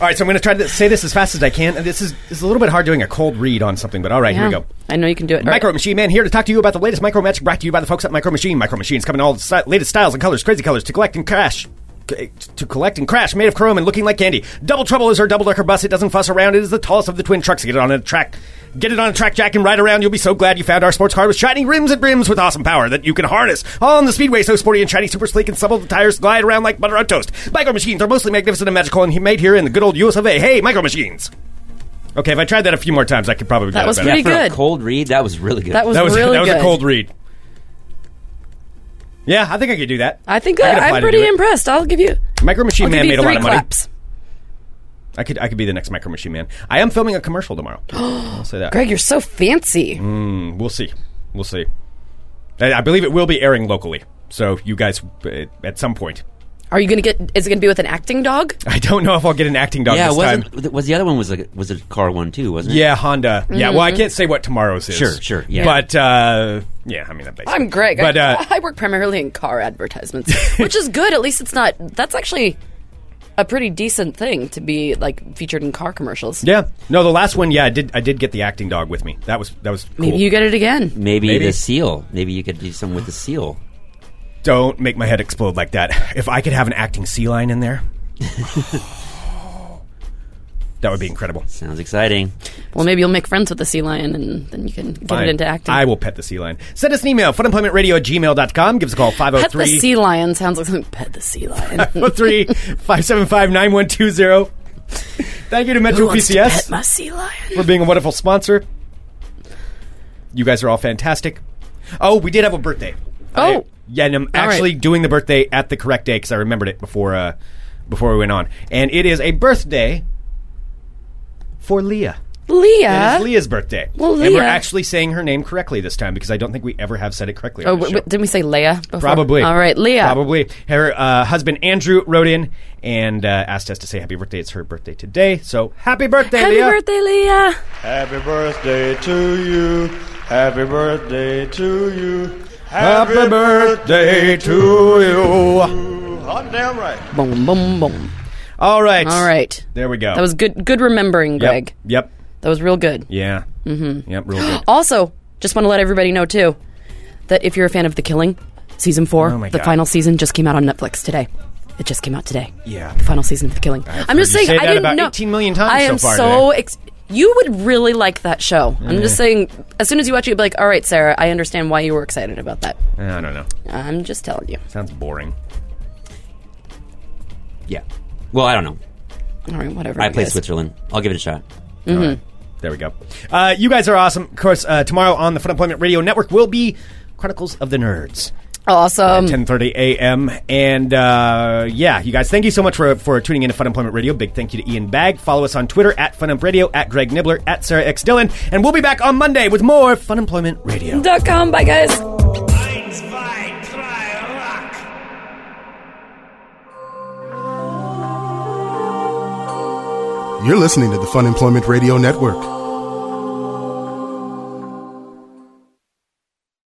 All right, so I'm going to try to say this as fast as I can. And this is, this is a little bit hard doing a cold read on something, but all right, Yeah. here we go. I know you can do it. All right. Micro Machine Man here to talk to you about the latest micro magic brought to you by the folks at Micro Machine. Micro Machines come in all the si- latest styles and colors, crazy colors to collect and crash. c- To collect and crash, made of chrome and looking like candy. Double Trouble is our double decker bus. It doesn't fuss around. It is the tallest of the twin trucks. Get it on a track. Get it on a track, Jack, and ride around. You'll be so glad you found our sports car with shining rims and brims with awesome power that you can harness. All on the speedway, so sporty and shiny, super sleek, and supple the tires glide around like butter on toast. Micro Machines are mostly magnificent and magical and he- made here in the good old US of A. Hey, Micro Machines! Okay, if I tried that a few more times, I could probably That do was it better. pretty for good. a cold read, that was really good. That was, That was really that was good. a cold read. Yeah, I think I could do that. I think I could I apply am to pretty do it. impressed. I'll give you. Micro Machine I'll give Man you made a three lot of money. claps. I could I could be the next Micro Machine Man. I am filming a commercial <gasps> tomorrow. I'll say that. Greg, you're so fancy. We'll see. We'll see. I, I believe it will be airing locally. So you guys, uh, at some point, <laughs> Are you gonna get? Is it gonna be with an acting dog? I don't know if I'll get an acting dog yeah, this wasn't time. th- was the other one was like was it a car one too? Wasn't it? Yeah, Honda. Yeah, well, I Mm-hmm. can't say what tomorrow's is. Sure, sure, yeah. But uh, yeah, I mean, that basically- I'm Greg. But I, <laughs> uh, I work primarily in car advertisements, <laughs> which is good. At least it's not. That's actually a pretty decent thing to be like featured in car commercials. yeah, no, the last one, yeah, I did. I did get the acting dog with me. That was that was. Cool. Maybe you get it again. Maybe, Maybe. the seal. Maybe you could do something with the seal. Don't make my head explode like that. If I could have an acting sea lion in <laughs> there, that would be incredible. Sounds exciting. Well, maybe you'll make friends with the sea lion, and then you can get Fine. it into acting. I will pet the sea lion. Send us an email, funemploymentradio at gmail.com. Give us a call, pet the 503 sea lion sounds like something. Pet the <laughs> sea lion. 575 9120. Thank you to Metro Who wants to pet PCS my sea lion? for being a wonderful sponsor. You guys are all fantastic. Oh, we did have a birthday. Oh. I- yeah, and I'm actually doing the birthday at the correct day because I remembered it before uh, before we went on. And it is a birthday for Leah. It Leah. is Leah's birthday. Well, And we're Leah- actually saying her name correctly this time because I don't think we ever have said it correctly. Oh, on the w- show. w- didn't we say Leah? Before? Probably. All right, Leah. Probably. Her uh, husband Andrew wrote in and uh, asked us to say happy birthday. It's her birthday today, so happy birthday, Happy Leah! birthday, Leah. Happy birthday to you. Happy birthday to you. Happy birthday to you. I'm damn right. Boom, boom, boom. All right. All right. There we go. That was good. Good remembering, Yep. Greg. Yep. That was real good. Yeah. Mm-hmm. Yep. Real <gasps> good. Also, just want to let everybody know too that if you're a fan of The Killing, season four, Oh my the God. final season just came out on Netflix today. It just came out today. Yeah. The final season of The Killing. i am just heard you saying. say I that didn't about know. 18 million times I so am far Mm-hmm. so. today. Ex- you would really like that show. I'm just saying. As soon as you watch it, you'll be like, "All right, Sarah, I understand why you were excited about that." I don't know. I'm just telling you. Sounds boring. Yeah. Well, I don't know. All right, whatever. I you play guys. Switzerland. I'll give it a shot. Mm-hmm. There we go. Uh, you guys are awesome. Of course, uh, tomorrow on the Fun Employment Radio Network will be Chronicles of the Nerds. Awesome. 10:30 a.m. And uh, yeah, you guys, thank you so much for for tuning in to Fun Employment Radio. Big thank you to Ian Bagg. Follow us on Twitter at Fun Emp Radio, at Greg Nibbler, at Sarah X Dillon, and we'll be back on Monday with more Fun Employment Radio. Dot com. Bye, guys. You're listening to the Fun Employment Radio Network.